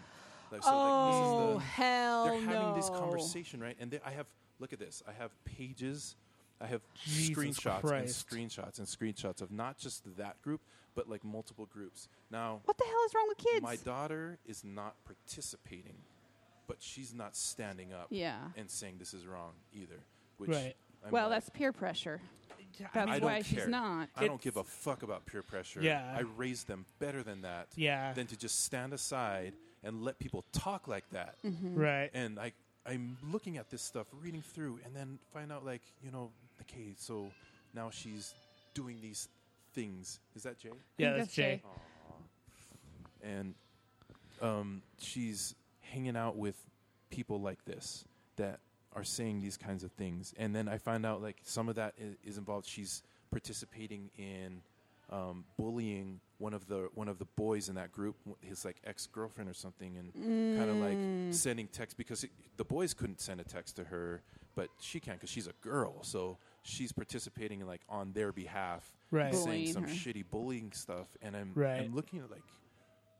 Like, so, like, Oh, this is the, hell they're having this no. conversation, right? And they, I have look at this. I have pages. I have Jesus screenshots Christ. and screenshots and screenshots of not just that group, but like multiple groups. Now, What the hell is wrong with kids? my daughter is not participating, but she's not standing up Yeah. and saying this is wrong either. Which Right. I'm well, like, that's peer pressure. That's I don't why care. she's not. I don't give a fuck about peer pressure. Yeah. I raised them better than that. Yeah. Than to just stand aside and let people talk like that. Mm-hmm. Right. And I, I'm looking at this stuff, reading through, and then find out like, you know, okay, so now she's doing these things. Is that Jay? yeah, think that's that's Jay. Jay. And um, she's hanging out with people like this that are saying these kinds of things. And then I find out like some of that is, is involved. She's participating in um, bullying one of the one of the boys in that group, w- his like ex girlfriend or something, and kind of like sending text because it, the boys couldn't send a text to her, but she can because she's a girl. So she's participating in like on their behalf, Right. saying Bullying some her. shitty bullying stuff. And I'm Right. I'm looking at like,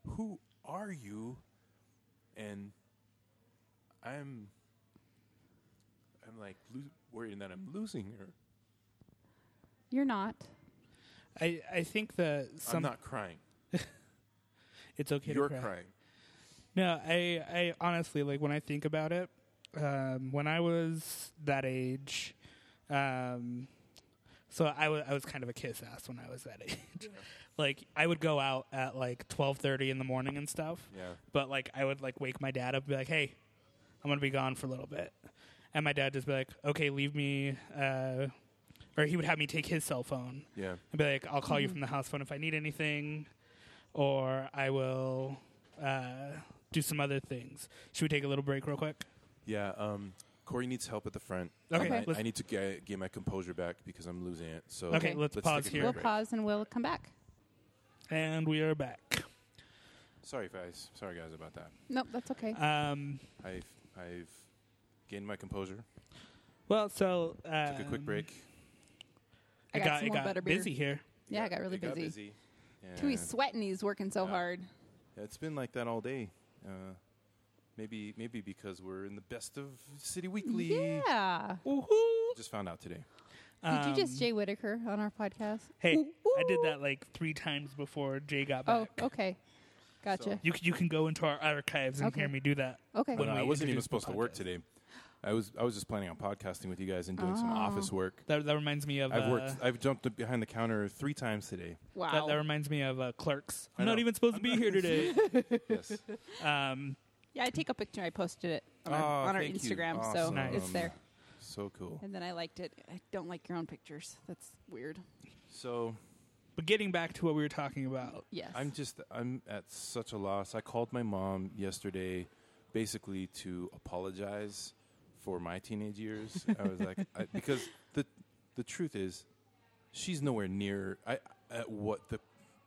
who are you? And I'm I'm like lo- worrying that I'm losing her. You're not. I, I think that some I'm not crying. it's okay. You're to cry. crying. No, I, I honestly like when I think about it. Um, when I was that age, um, so I wa- I was kind of a kiss ass when I was that age. like I would go out at like twelve thirty in the morning and stuff. Yeah. But like I would like wake my dad up and be like, "Hey, I'm gonna be gone for a little bit," and my dad just be like, "Okay, leave me," uh, or he would have me take his cell phone. Yeah. And be like, I'll call Mm-hmm. you from the house phone if I need anything, or I will uh, do some other things. Should we take a little break real quick? Yeah. Um, Corey needs help at the front. Okay, And I- let's- I, need to get, get my composure back because I'm losing it. So Okay, let's take pause here. a quick We'll break. pause and we'll come back. And we are back. Sorry, guys. Sorry, guys, about that. Nope, that's okay. Uh, Um, I've I've gained my composure. well, so uh, Took a Um, quick break. I got, some it more got butter beer. busy here. Yeah, I got really Got busy. busy. Tui's And- sweating. He's working so Yeah. hard. Yeah, it's been like that all day. Uh, maybe maybe because we're in the best of City Weekly. Yeah. Woohoo! Just found out today. Um, Did Um, you just Jay Whitaker on our podcast? Hey, I did that like three times before Jay got Oh, back. okay. Gotcha. You c- you can go into our archives and Okay. Oh. hear me do that. Okay. When No, we I wasn't introduce even the supposed to work podcast. today. I was I was just planning on podcasting with you guys and doing some Oh. office work. That that reminds me of I've uh, worked. I've jumped behind the counter three times today. That, wow. that reminds me of uh, clerks. I I'm not know. even supposed to be here today. Yes. um, yeah, I take a picture. I posted it on Oh, our, on our thank you. Instagram, so Awesome. Nice. it's there. so cool. And then I liked it. I don't like your own pictures. That's weird. So but getting back to what we were talking about, Yes. I'm just I'm at such a loss. I called my mom yesterday, basically to apologize for my teenage years. I was like, I, because the the truth is, she's nowhere near I at what the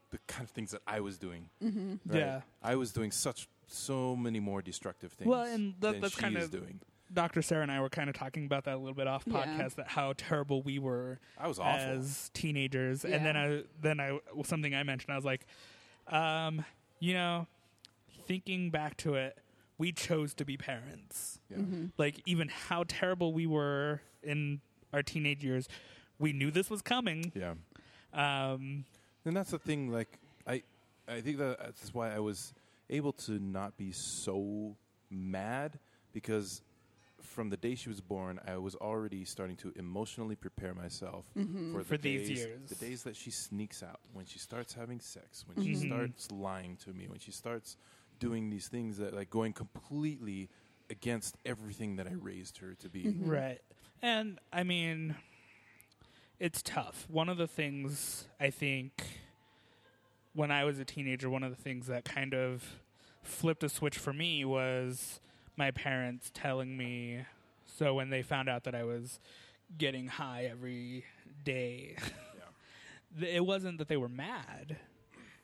the kind of things that I was doing. Mm-hmm. Yeah. I was doing such so many more destructive things. Well, and that- than that's she kind is of- doing. Dr. Sarah and I were kind of talking about that a little bit off Yeah. podcast that how terrible we were I was awful. as teenagers. And then I then I well, something I mentioned I was like um, you know, thinking back to it, we chose to be parents. Yeah. Like even how terrible we were in our teenage years, we knew this was coming. yeah. Um, And that's the thing. Like I, I think that that's why I was able to not be so mad because from the day she was born, I was already starting to emotionally prepare myself for, the For these days- years. The days that she sneaks out, when she starts having sex, when Mm-hmm. she starts lying to me, when she starts doing these things that like going completely against everything that I raised her to be. Right. And I mean, it's tough. One of the things I think when I was a teenager, one of the things that kind of flipped a switch for me was my parents telling me so when they found out that I was getting high every day. th- It wasn't that they were mad.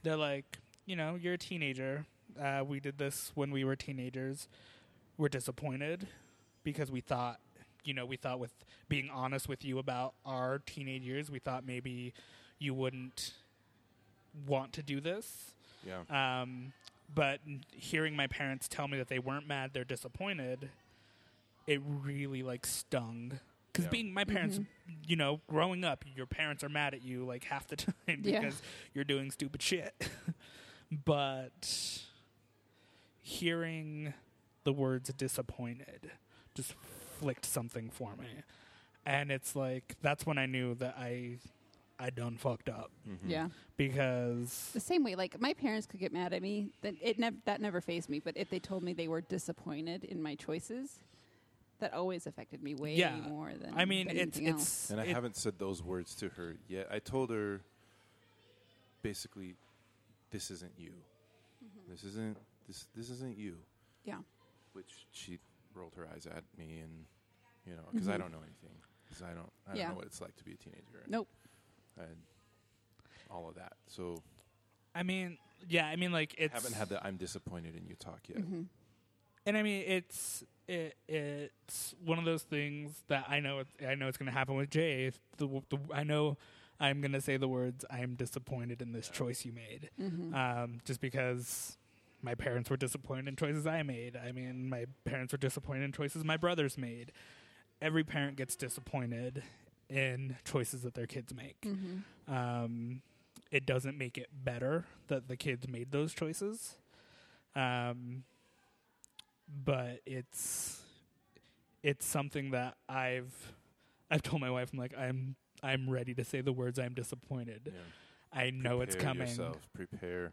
They're like, you know, you're a teenager. Uh, we did this when we were teenagers. We're disappointed because we thought you know we thought with being honest with you about our teenage years we thought maybe you wouldn't want to do this Yeah. um, but n- hearing my parents tell me that they weren't mad they're disappointed it really like stung because Yeah. being my parents you know growing up your parents are mad at you like half the time because Yeah. you're doing stupid shit but hearing the words disappointed just flicked something for me and it's like that's when i knew that i i done fucked up yeah. because The same way, like my parents could get mad at me. That it nev- that never phased me. But if they told me they were disappointed in my choices, that always affected me way yeah more than i mean than it's anything else. it's And I it- haven't said those words to her yet. I told her basically, this isn't you. Mm-hmm. This isn't this this isn't you. yeah. Which she rolled her eyes at me and you know because I Mm-hmm. don't know anything because I don't I Yeah. don't know what it's like to be a teenager. Nope. And all of that. So i mean yeah i mean like it's Mm-hmm. I haven't had the I'm disappointed in you talk yet. and I mean it's it, it's one of those things that I know it- I know it's going to happen with Jay. If The, w- the, I know I'm going to say the words I am disappointed in this choice you made, Mm-hmm. um, just because my parents were disappointed in choices I made. I mean, my parents were disappointed in choices my brothers made. Every parent gets disappointed in choices that their kids make. Um, it doesn't make it better that the kids made those choices. Um, but it's it's something that I've I've told my wife I'm like I'm I'm ready to say the words I'm disappointed. Yeah. I know it's Prepare coming. Yourself, prepare.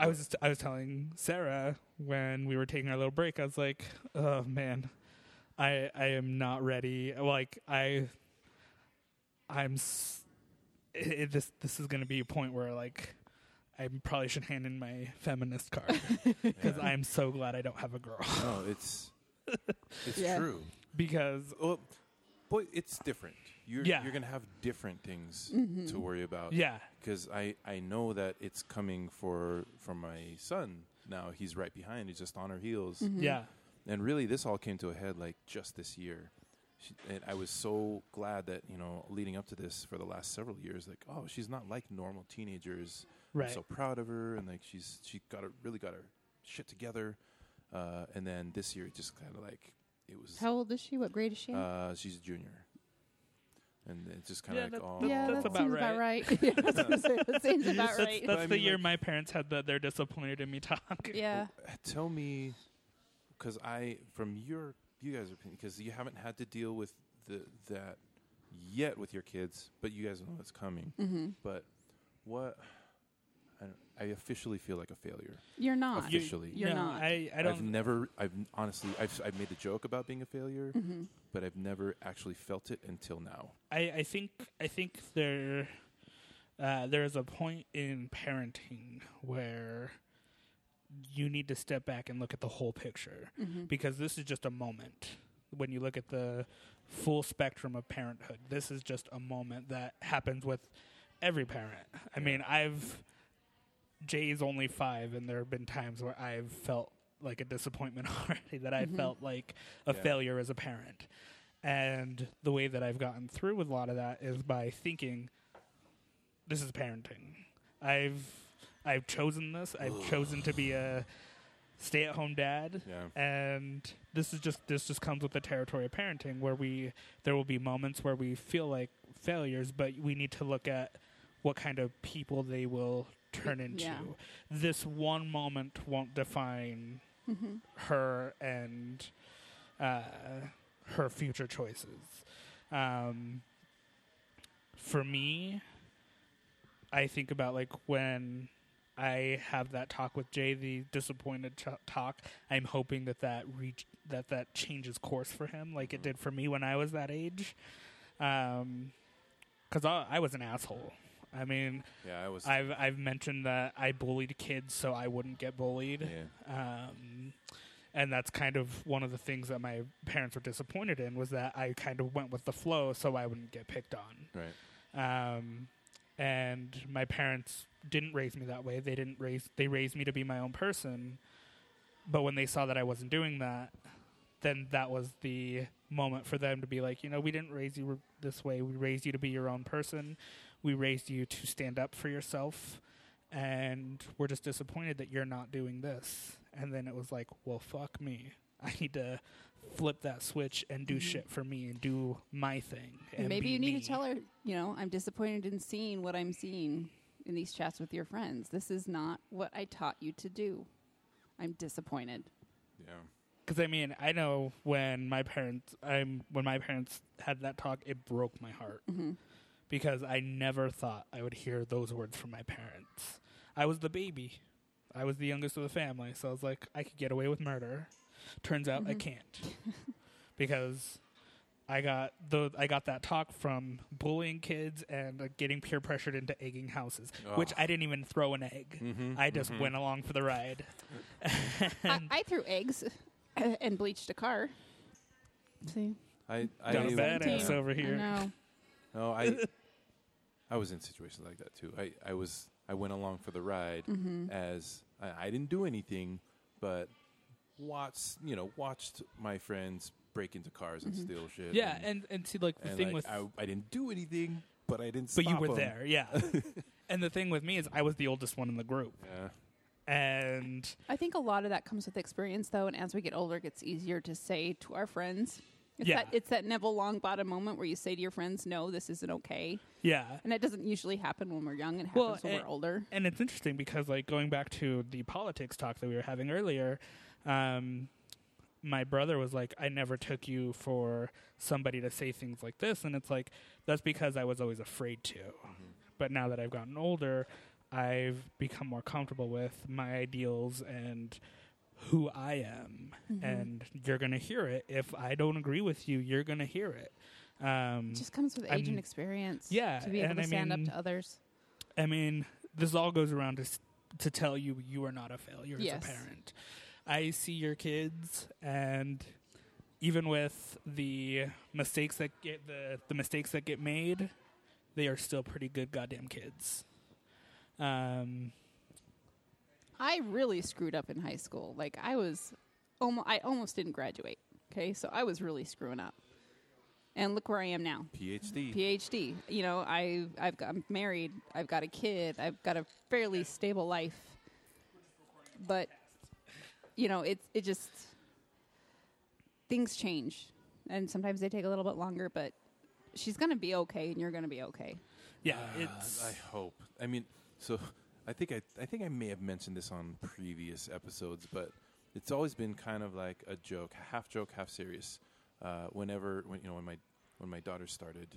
I was just, I was telling Sarah when we were taking our little break I was like, "Oh man, I I am not ready. Like I I'm s- it, it- this this is going to be a point where like I probably should hand in my feminist card because I'm so glad I don't have a girl. No, it's it's Yeah. true. because Well, boy, it's different. You're, Yeah. you're going to have different things to worry about. Yeah. Because I, I know that it's coming for, for my son now. He's right behind. He's just on her heels. Mm-hmm. yeah, And really, this all came to a head like just this year. She, and I was so glad that, you know, leading up to this for the last several years, like, oh, she's not like normal teenagers. Right. I'm so proud of her. And like, she's, she got her, really got her shit together. Uh, and then this year, it just kind of like, it was Uh, How old is she? What grade is she? in? uh, she's a junior. and it's just kind Yeah, of like that- oh, that- yeah, that's that about seems about right. Yeah, I was gonna say, that seems about That's, right. that's I the mean, year like- my parents had the they're disappointed in me talk. yeah. tell me because i from your you guys opinion because you haven't had to deal with the that yet with your kids but you guys know it's coming Mm-hmm. but what I, don't, I officially feel like a failure You're not. Officially. You're no, not. I, I i've don't. never i've honestly I've, I've made the joke about being a failure Mm-hmm. but i've never actually felt it until now I, I think I think there uh, there is a point in parenting where you need to step back and look at the whole picture because this is just a moment. When you look at the full spectrum of parenthood, this is just a moment that happens with every parent. I mean, I've Jay's only five, and there have been times where I've felt like a disappointment already that I felt like a failure as a parent. And the way that I've gotten through with a lot of that is by thinking, this is parenting. I've I've chosen this. I've chosen to be a stay-at-home dad, Yeah. and this is just this just comes with the territory of parenting, where we there will be moments where we feel like failures, but we need to look at what kind of people they will turn into. Yeah. This one moment won't define her and uh, her future choices. Um, for me, I think about like when I have that talk with Jay, the disappointed ch- talk. I'm hoping that that reach that that changes course for him, like it did for me when I was that age. Um, because I, I was an asshole. I mean, yeah i was I've I've mentioned that I bullied kids so I wouldn't get bullied. yeah Um, and that's kind of one of the things that my parents were disappointed in was that I kind of went with the flow so I wouldn't get picked on. right Um, and my parents didn't raise me that way. They didn't raise they raised me to be my own person. But when they saw that I wasn't doing that, then that was the moment for them to be like, you know, we didn't raise you this way. We raised you to be your own person. We raised you to stand up for yourself. And we're just disappointed that you're not doing this. And then it was like, well, fuck me. I need to flip that switch and do shit for me and do my thing. And Mm-hmm. Maybe be you need me. to tell her, you know, I'm disappointed in seeing what I'm seeing in these chats with your friends. This is not what I taught you to do. I'm disappointed. yeah because I mean, I know when my parents, I'm when my parents had that talk, it broke my heart Mm-hmm. because I never thought I would hear those words from my parents. I was the baby, I was the youngest of the family, so I was like, I could get away with murder. Turns out Mm-hmm. I can't because I got the I got that talk from bullying kids and uh, getting peer pressured into egging houses, which I didn't even throw an egg. I just went along for the ride. I, I threw eggs and bleached a car. See? i i Got a badass Seventeen. over here. I know. No, I I was in situations like that too. I, I was I went along for the ride Mm-hmm. as I, I didn't do anything, but watched you know watched my friends break into cars and steal shit. Mm-hmm. Yeah, and and see, like the and, thing like, with, I, I didn't do anything, but I didn't. but you stop were 'em. there, yeah. and the thing with me is, I was the oldest one in the group, Yeah. and I think a lot of that comes with experience, though, and as we get older, it gets easier to say to our friends. It's Yeah. that it's that Neville Longbottom moment where you say to your friends, "No, this isn't okay," yeah. and that doesn't usually happen when we're young. It happens Well, when and- we're older. And it's interesting because, like, going back to the politics talk that we were having earlier, um, my brother was like, I never took you for somebody to say things like this. And it's like, that's because I was always afraid to. But now that I've gotten older, I've become more comfortable with my ideals and who I am. And you're going to hear it. If I don't agree with you, you're going to hear it. Um, It just comes with age I'm- and experience. yeah, to be able and to I stand mean- up to others. I mean, this all goes around to, s- to tell you you are not a failure Yes. as a parent. I see your kids, and even with the mistakes that get the, the mistakes that get made, they are still pretty good goddamn kids. Um, I really screwed up in high school. Like I was, almost I almost didn't graduate. Okay, so I was really screwing up, and look where I am now. PhD. PhD. You know, I I've got, I'm married. I've got a kid. I've got a fairly stable life. But you know, it's it just things change, and sometimes they take a little bit longer. But she's gonna be okay, and you're gonna be okay. Yeah, Ah, I it's hope. I mean, so I think I I think I may have mentioned this on previous episodes, but it's always been kind of like a joke, half joke, half serious. Uh, whenever when you know when my when my daughter started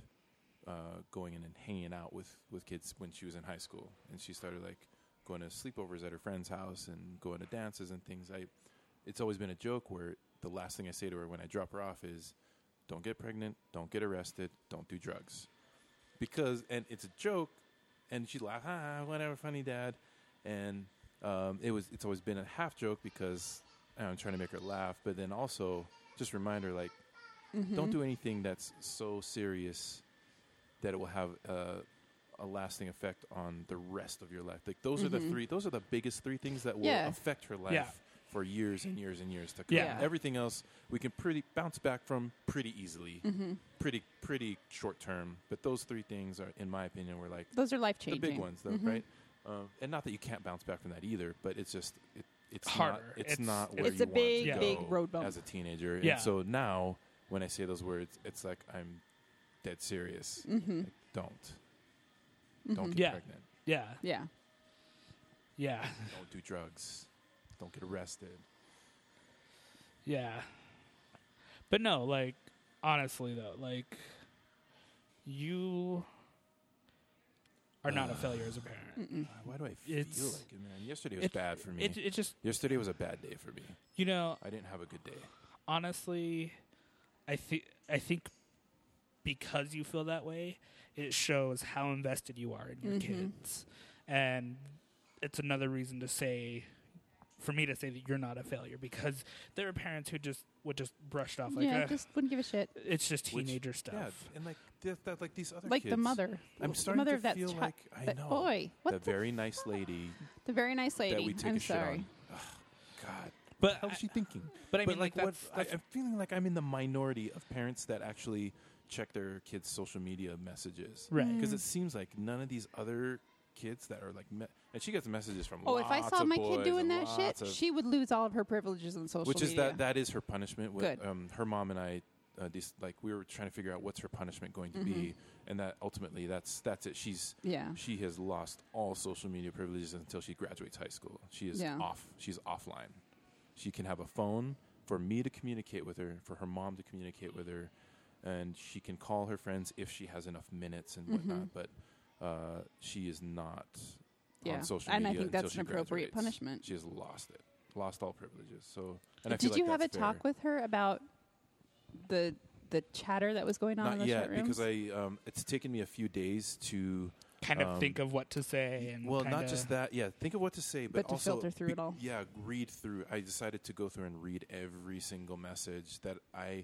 uh, going in and hanging out with with kids when she was in high school, and she started like going to sleepovers at her friend's house and going to dances and things. I it's always been a joke where the last thing I say to her when I drop her off is, "Don't get pregnant, don't get arrested, don't do drugs." because and it's a joke, and she laughed, ha, ha, whatever, funny dad, and um, it was it's always been a half joke because I am trying to make her laugh, but then also just remind her like, don't do anything that's so serious that it will have a, a lasting effect on the rest of your life. Like those are the three, those are the biggest three things that will Yeah. affect her life. Yeah. For years and years and years to come, Yeah. everything else we can pretty bounce back from pretty easily, Mm-hmm. pretty pretty short term. But those three things are, in my opinion, were like Those are life the changing. big ones, though, Mm-hmm. right? Um, and not that you can't bounce back from that either, but it's just it, it's Harder. Not, it's, It's- not where it's you a want big, to big go road bump. as a teenager. Yeah. And so now, when I say those words, it's like I'm dead serious. Mm-hmm. Like, don't, don't get Yeah. pregnant. yeah, Yeah. yeah, Don't do drugs. Don't get arrested. yeah. But no, like honestly though, like you are not Ah. a failure as a parent. Uh, Why do I feel It's- like it, man? Yesterday was It's bad for me. It it just Yesterday was a bad day for me. you know I didn't have a good day. honestly, I think I think because you feel that way, it shows how invested you are in your Mm-hmm. kids, and it's another reason to say, for me to say that you're not a failure because there are parents who just would just brushed off like, yeah. uh, "Eh, just wouldn't give a shit. it's just Which- teenager stuff. Yeah, and like th- that, like these other Like the kids. mother. I'm The starting mother to of that feel chi- like I that know. boy. What the, the very nice lady The very nice lady. that we take I'm a sorry. shit on. Ugh, God, But how I- was she thinking? but I mean, like, what? that's- I, that's- I'm feeling like I'm in the minority of parents that actually check their kids' social media messages, Right. Because Mm. it seems like none of these other kids that are like, me- and she gets messages from. Oh, if I lots saw of my boys kid doing and that shit, lots of- she would lose all of her privileges on social which media. is that that is her punishment. With, Good. um, her mom and I, uh, dis- like we were trying to figure out what's her punishment going to be, and that ultimately that's that's it. She's Mm-hmm. Yeah. she has lost all social media privileges until she graduates high school. She is Yeah. off. She's offline. She can have a phone for me to communicate with her, for her mom to communicate with her, and she can call her friends if she has enough minutes and Mm-hmm. whatnot. But uh, she is not Yeah. on social And I media. think until that's she an appropriate graduates. punishment. She has lost it, lost all privileges. So, and I feel Did like you have a that's fair. talk with her about the the chatter that was going on in Not the yet, chat rooms? because I um, it's taken me a few days to kind of um, think of what to say and well, not kinda- just that. Yeah, think of what to say, but, But to also filter through it all. Yeah, read through. I decided to go through and read every single message that I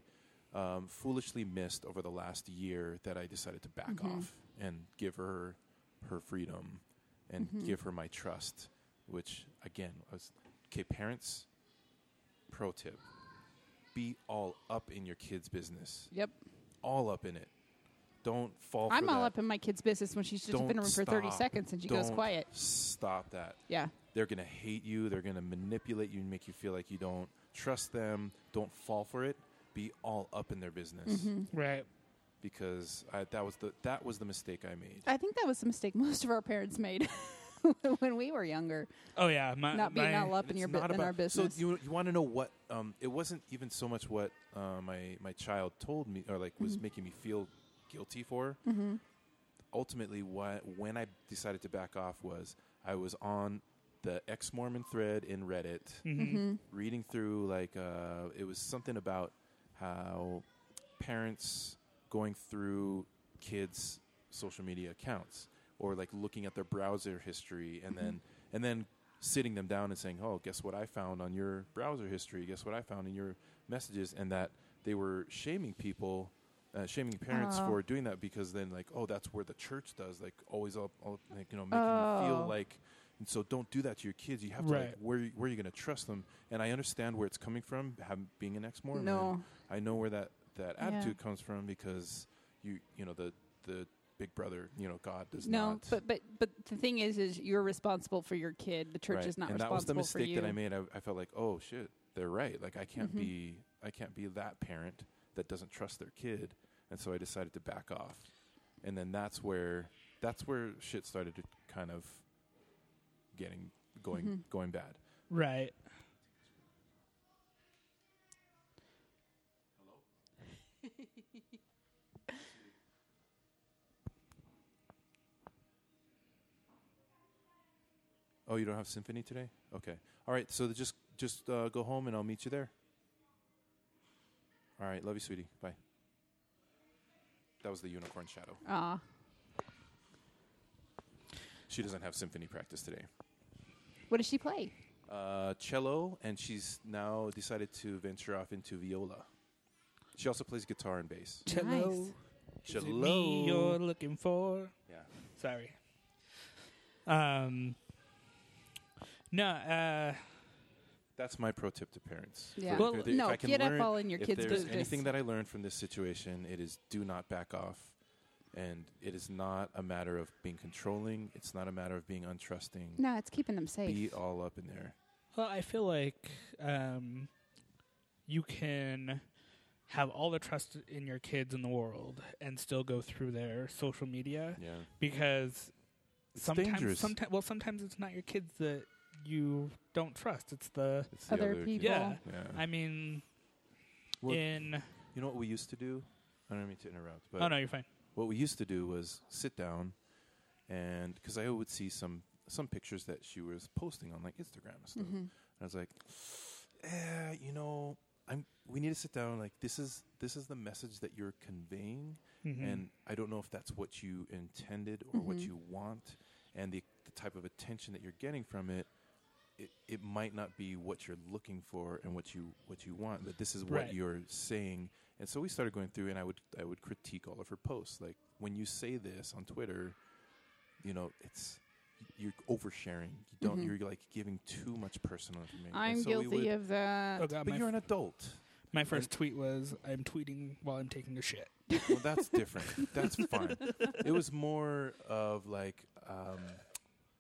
um, foolishly missed over the last year. That I decided to back Mm-hmm. off and give her her freedom and Mm-hmm. give her my trust. Which again, I was okay. Parents, pro tip: be all up in your kids' business, Yep. all up in it. Don't fall. I'm for all that. up in my kid's business when she's just Don't been in a room for 30 stop. seconds and she goes Don't quiet. Stop that Yeah. they're going to hate you. They're going to manipulate you and make you feel like you don't trust them. Don't fall for it. Be all up in their business right. because I, that was the that was the mistake I made. I think that was the mistake most of our parents made when we were younger. Oh yeah, my, not being my- all up in Uh, It's your bu- not in our about- business. So you you want to know what? Um, it wasn't even so much what uh, my my child told me or like Mm-hmm. was making me feel guilty for. Ultimately, what when I decided to back off was I was on the ex Mormon thread in Reddit, Mm-hmm. reading through like uh, it was something about how parents going through kids' social media accounts or like looking at their browser history and then Mm-hmm. and then sitting them down and saying, "Oh, guess what I found on your browser history? Guess what I found in your messages?" and that they were shaming people uh, shaming parents Oh. for doing that because then like oh that's where the church does like always all, all like you know making you feel Oh. like and so don't do that to your kids you have to like Right. where you- where are you going to trust them and i understand where it's coming from having, being an ex-mormon No. I know where that that Yeah. attitude comes from because you you know the the big brother you know God does No, not. but but but the thing is, is you're responsible for your kid. The church Right. is not and that responsible was the for mistake you. Mm-hmm. that I made. I, I felt like oh shit, they're right. Like I can't be I can't be that parent that doesn't trust their kid and so I decided to back off. And then that's where that's where shit started to kind of getting going Mm-hmm. going bad. Right. Oh, you don't have symphony today? Okay. All right. So just just uh, go home and I'll meet you there. All right. Love you, sweetie. Bye. That was the unicorn shadow. Aw. She doesn't have symphony practice today. What does she play? Uh, cello, and she's now decided to venture off into viola. She also plays guitar and bass. Nice. Is it me you're looking for? Yeah. Sorry. Um. No. Uh. That's my pro tip to parents. Yeah. If Well, there- no, I can get up learn- all in your if kids' there's business. anything that I learned from this situation, it is do not back off. And it is not a matter of being controlling. It's not a matter of being untrusting. No, it's keeping them safe. Be all up in there. Well, I feel like um, you can have all the trust in your kids in the world and still go through their social media Yeah. because It's sometimes, dangerous. sometimes, well, sometimes it's not your kids that you don't trust. It's the It's the Other kid. people. yeah. Yeah. I mean, Well, in You know what we used to do? I don't mean to interrupt, but oh no, you're fine. what we used to do was sit down and because I would see some some pictures that she was posting on like Instagram and stuff, and I was like, eh, you know, I'm we need to sit down. Like this is this is the message that you're conveying, and I don't know if that's what you intended or what you want, and the the type of attention that you're getting from it. It, it might not be what you're looking for and what you what you want, but this is what Right. you're saying. And so we started going through, and I would I would critique all of her posts. Like when you say this on Twitter, you know it's you're oversharing. You don't. You're like giving too much personal information. And Mm-hmm. I'm so we guilty would- of that. Oh god, But my, you're f- an adult. my first tweet was I'm tweeting while I'm taking a shit. Well, that's different. that's fine. It was more of like um,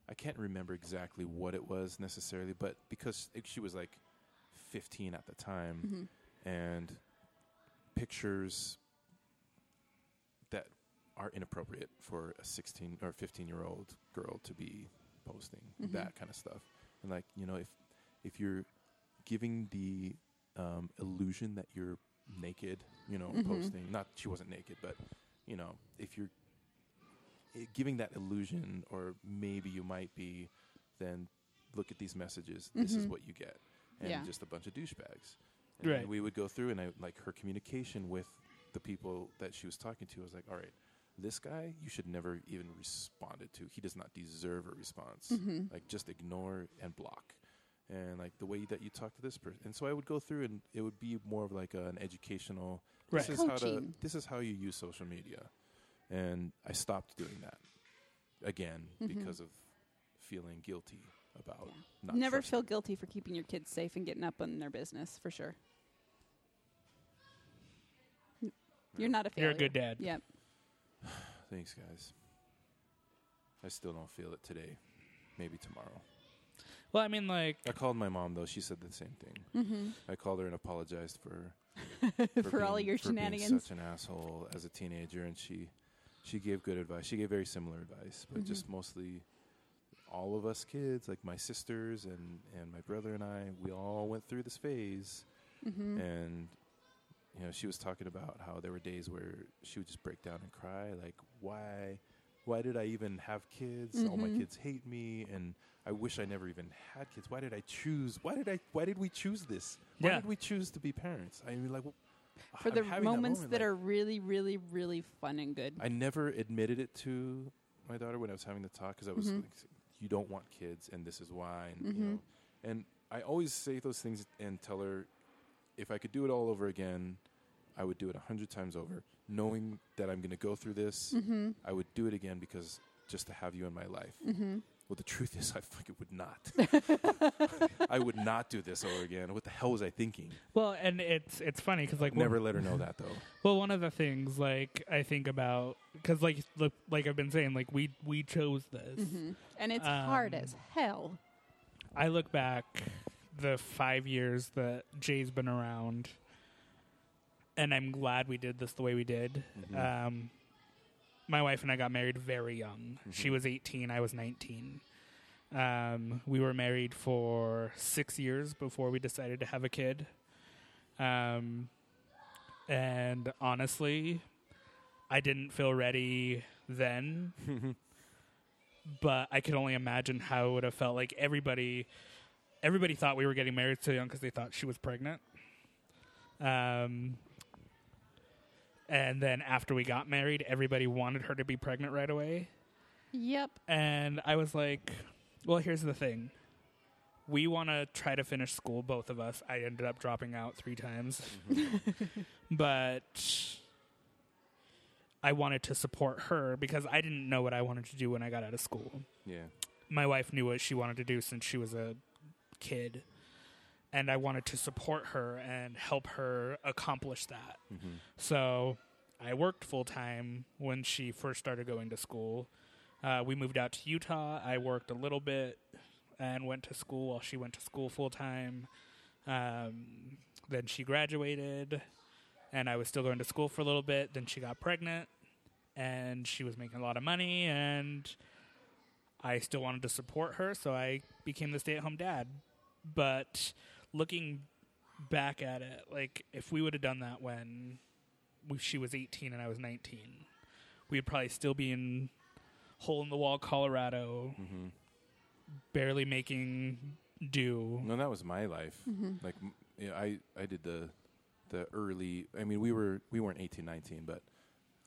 I can't remember exactly what it was necessarily, but because it, she was like 15 at the time, Mm-hmm. and pictures that are inappropriate for a 16 or 15 year old girl to be posting that kind of stuff and like you know if if you're giving the um, illusion that you're naked you know posting not she wasn't naked but you know if you're i- giving that illusion or maybe you might be then look at these messages this is what you get and Yeah. just a bunch of douchebags and Right. we would go through and I like her communication with the people that she was talking to I was like all right this guy you should never even responded to he does not deserve a response Mm-hmm. like just ignore and block and like the way that you talk to this person and so I would go through and it would be more of like an educational Right. this is how to Coaching. this is how you use social media and I stopped doing that again because of feeling guilty about Mm-hmm. Yeah. not Never trusting. feel guilty for keeping your kids safe and getting up on their business for sure. You're not a failure. You're a good dad. Yep. Thanks, guys. I still don't feel it today. Maybe tomorrow. Well, I mean, like I called my mom though. She said the same thing. I called her and apologized for For, all being- your for being shenanigans. such an asshole as a teenager, and she she gave good advice. She gave very similar advice, but Mm-hmm. just mostly all of us kids, like my sisters and and my brother and I, we all went through this phase, Mm-hmm. and you know she was talking about how there were days where she would just break down and cry, like why. Why did I even have kids? All my Mm-hmm. kids hate me, and I wish I never even had kids. Why did I choose? Why did I? Why did we choose this? Why Yeah. did we choose to be parents? I mean, like, For I'm the having moments that, moment, are like, really, really, really fun and good. I never admitted it to my daughter when I was having the talk because I Mm-hmm. was like, "You don't want kids, and this is why." And, you know, and I always say those things and tell her, if I could do it all over again, I would do it a hundred times over, knowing that I'm going to go through this. Mm-hmm. I would do it again because just to have you in my life. Mm-hmm. Well, the truth is, I fucking would not. I would not do this over again. What the hell was I thinking? Well, and it's it's funny because like Never One, let her know that though. well, one of the things like I think about because like look, like I've been saying like we we chose this. and it's hard um, as hell. I look back the five years that Jay's been around, and I'm glad we did this the way we did. Um, my wife and I got married very young. She was 18, I was 19. Um, we were married for six years before we decided to have a kid. Um, and honestly, I didn't feel ready then. but I could only imagine how it would have felt. Like everybody, everybody thought we were getting married so young because they thought she was pregnant. Um, and then after we got married, everybody wanted her to be pregnant right away. Yep. And I was like, well, here's the thing. We want to try to finish school, both of us. I ended up dropping out three times. but I wanted to support her because I didn't know what I wanted to do when I got out of school Yeah. my wife knew what she wanted to do since she was a kid and i wanted to support her and help her accomplish that so i worked full-time when she first started going to school uh, we moved out to utah i worked a little bit and went to school while she went to school full-time um, then she graduated and i was still going to school for a little bit then she got pregnant and she was making a lot of money and I still wanted to support her, so I became the stay at home dad. But looking back at it, like if we would have done that when we, she was 18 and I was 19, we'd probably still be in hole in the wall Colorado, barely making do. No, that was my life. Like, m- yeah, I I did the the early. I mean, we were we weren't 18, 19, but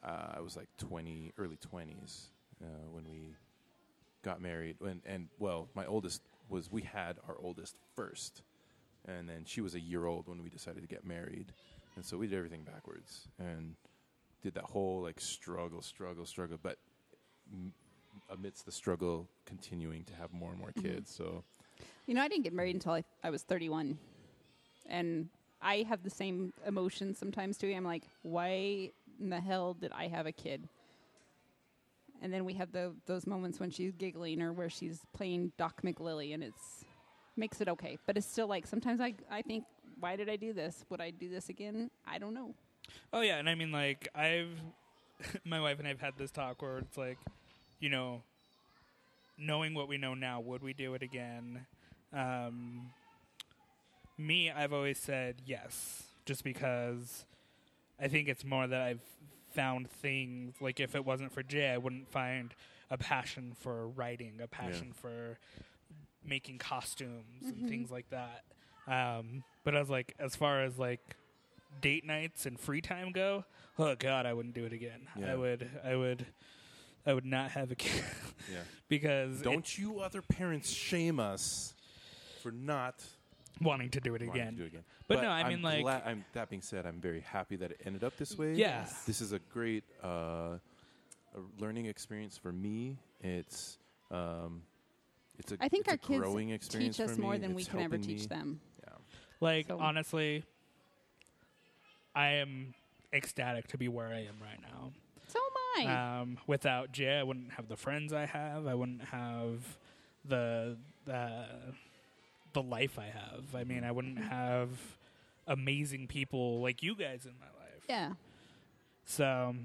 uh, I was like twenty, early twenties uh, when we got married. And and well, my oldest was we had our oldest first, and then she was a year old when we decided to get married, and so we did everything backwards and did that whole like struggle, struggle, struggle, but. m- Amidst the struggle, continuing to have more and more kids, so You know, I didn't get married until I, I was 31. And I have the same emotions sometimes too. I'm like, why in the hell did I have a kid? And then we have the, those moments when she's giggling or where she's playing Doc McLilly and it's makes it okay. But it's still like sometimes I, I think, why did I do this? Would I do this again? I don't know. Oh yeah, and I mean like I've my wife and I've had this talk where it's like, you know, knowing what we know now, would we do it again? Um, me, I've always said yes, just because I think it's more that I've found things like if it wasn't for Jay, I wouldn't find a passion for writing, a passion for making costumes and things like that. Um, but I was like, as far as like date nights and free time go, oh god, I wouldn't do it again. Yeah. I would, I would, I would not have a kid yeah. because it- Don't you other parents shame us for not wanting to do it wanting again. to do it again. But no, I I'm mean, like- glad- I'm, that being said, I'm very happy that it ended up this way. Yeah. Yes. this is a great uh, a learning experience for me. It's um, it's a I think it's our a kids growing experience teach us for me. more than we It's can ever helping teach me. them. Yeah. Like So- honestly, I am ecstatic to be where I am right now. So am I. Um, without Jay, I wouldn't have the friends I have. I wouldn't have the uh, the life I have. I mean, I wouldn't have amazing people like you guys in my life. yeah. So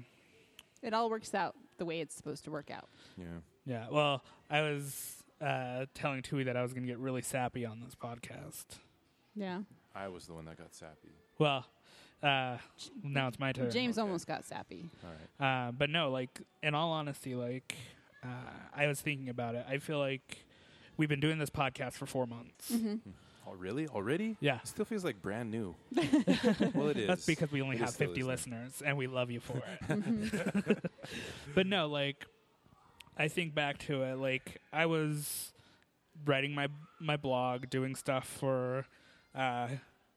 It all works out the way it's supposed to work out. Yeah, yeah. Well, I was uh, telling Tui that I was going to get really sappy on this podcast. Yeah. I was the one that got sappy. Well, uh, now it's my turn. James almost got sappy. All right, Uh, but no, like in all honesty, like uh, I was thinking about it. I feel like we've been doing this podcast for four months. oh really? Already? Yeah. still feels like brand new. well, it is. That's because we only It is have still 50 is new. listeners, and we love you for it. Mm-hmm. but no, like I think back to it. Like I was writing my my blog, doing stuff for. Uh,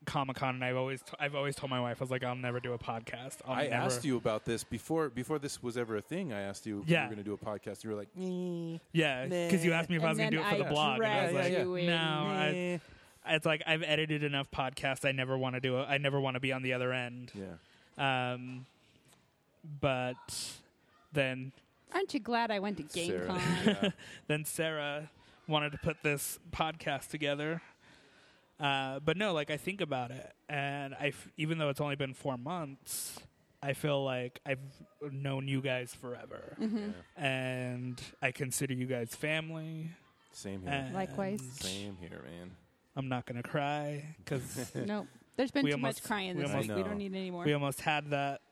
Comic Con, and I've always t- I've always told my wife I was like I'll never do a podcast. I'll I never- asked you about this before before this was ever a thing. I asked you if Yeah. we were going to do a podcast. You were like, yeah, because you asked me if I was And going to do then it for I the blog. and I was dragged like, you in. no, Oh, I, it's like I've edited enough podcasts. I never want to do it. I never want to be on the other end. yeah. Um, but then Aren't you glad I went to Sarah. GameCon? Yeah. then Sarah wanted to put this podcast together. Uh, but no, like I think about it, and I, f- even though it's only been four months, I feel like I've known you guys forever, and I consider you guys family. Same here. And Likewise. Same here, man. I'm not gonna cry because Nope. There's been We too almost- much crying we this almost- week. We I know. don't need any more. we almost had that.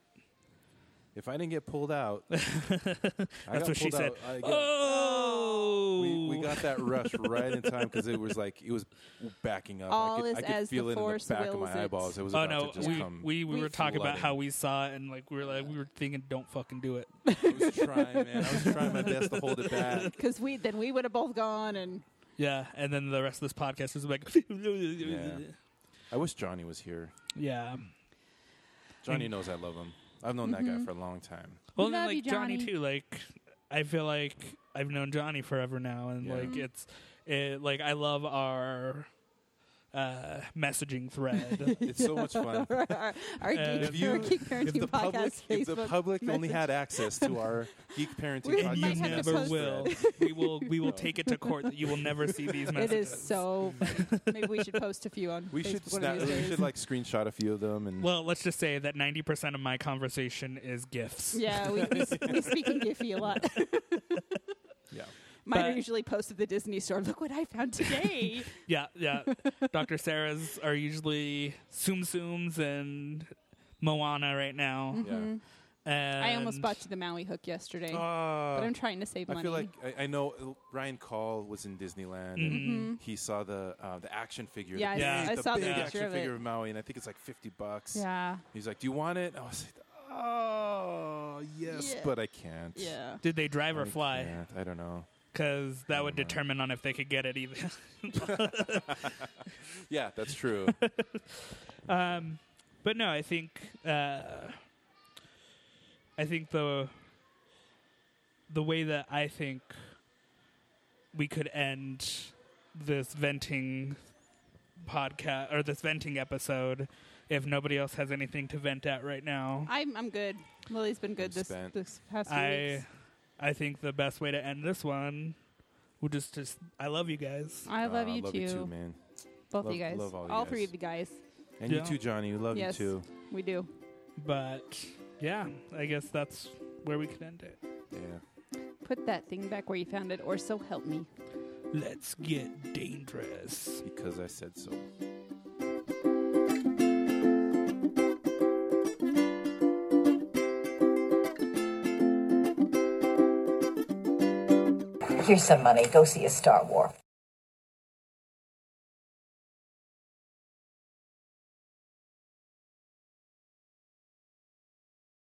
If I didn't get pulled out, That's what she pulled said. out, I got- oh, we, we got that rush right in time because it was like it was backing up. All I could, is I could as the feel it in force the back of wills my it. eyeballs. It was Oh about no, to just we, come. we we were talking about flooding. how we saw it and like we were like we were thinking, don't fucking do it. I was trying, man. I was trying my best to hold it back. Because we then we would have both gone and Yeah, and then the rest of this podcast is like, yeah. I wish Johnny was here. Johnny knows I love him. I've known that Mm-hmm. guy for a long time. Well, and love like you, Johnny. Johnny. too. Like, I feel like I've known Johnny forever now, and Yeah. like it's, it like I love our uh messaging thread. It's so much fun. our, Uh, our, our And geek, if you- our geek parenting If the podcast public, Facebook if the public only message. had access to our geek parenting, We podcast might you have to never post will. we will. We will take it to court that you will never see these It messages. is so. funny. Maybe we should post a few on. We should Facebook one of snap, these we days. should like screenshot a few of them and Well, let's just say that ninety percent of my conversation is gifts. Yeah, we, we, s- we speak in Giphy a lot. yeah. Mine are But- usually posted at the Disney store. Look what I found today. Yeah, yeah. Dr. Sarah's are usually Tsum Tsums and Moana right now. Yeah. And Mm-hmm. Oh, I almost bought you the Maui hook uh, yesterday, but I'm trying to save money. I feel like I, I know uh, Ryan Call was in Disneyland. Mm-hmm. and He saw the uh, the action figure. Mm-hmm. Yeah, I s- the big, I the saw the big picture action of figure it. of Maui, and I think it's like fifty bucks. yeah, He's like, "Do you want it?" I was like, "Oh, yes, Yeah. but I can't." yeah. Did they drive or I fly? can't. I don't know. Because that would determine on if they could get it either. Yeah, that's true. um, but no, I think uh, I think the the way that I think we could end this venting podcast or this venting episode, if nobody else has anything to vent at right now, I'm I'm good. Lily's been good I'm this spent. this past few I weeks. I think the best way to end this one would just just I love you guys. I love Uh, you love too, you too, man. both Love- you guys, love all you three guys. of you guys. And Yeah. you too, Johnny. We love Yes. you too. We do. But yeah, I guess that's where we could end it. Yeah. Put that thing back where you found it, or so help me. Let's get dangerous. Because I said so. Here's some money. Go see a Star Wars.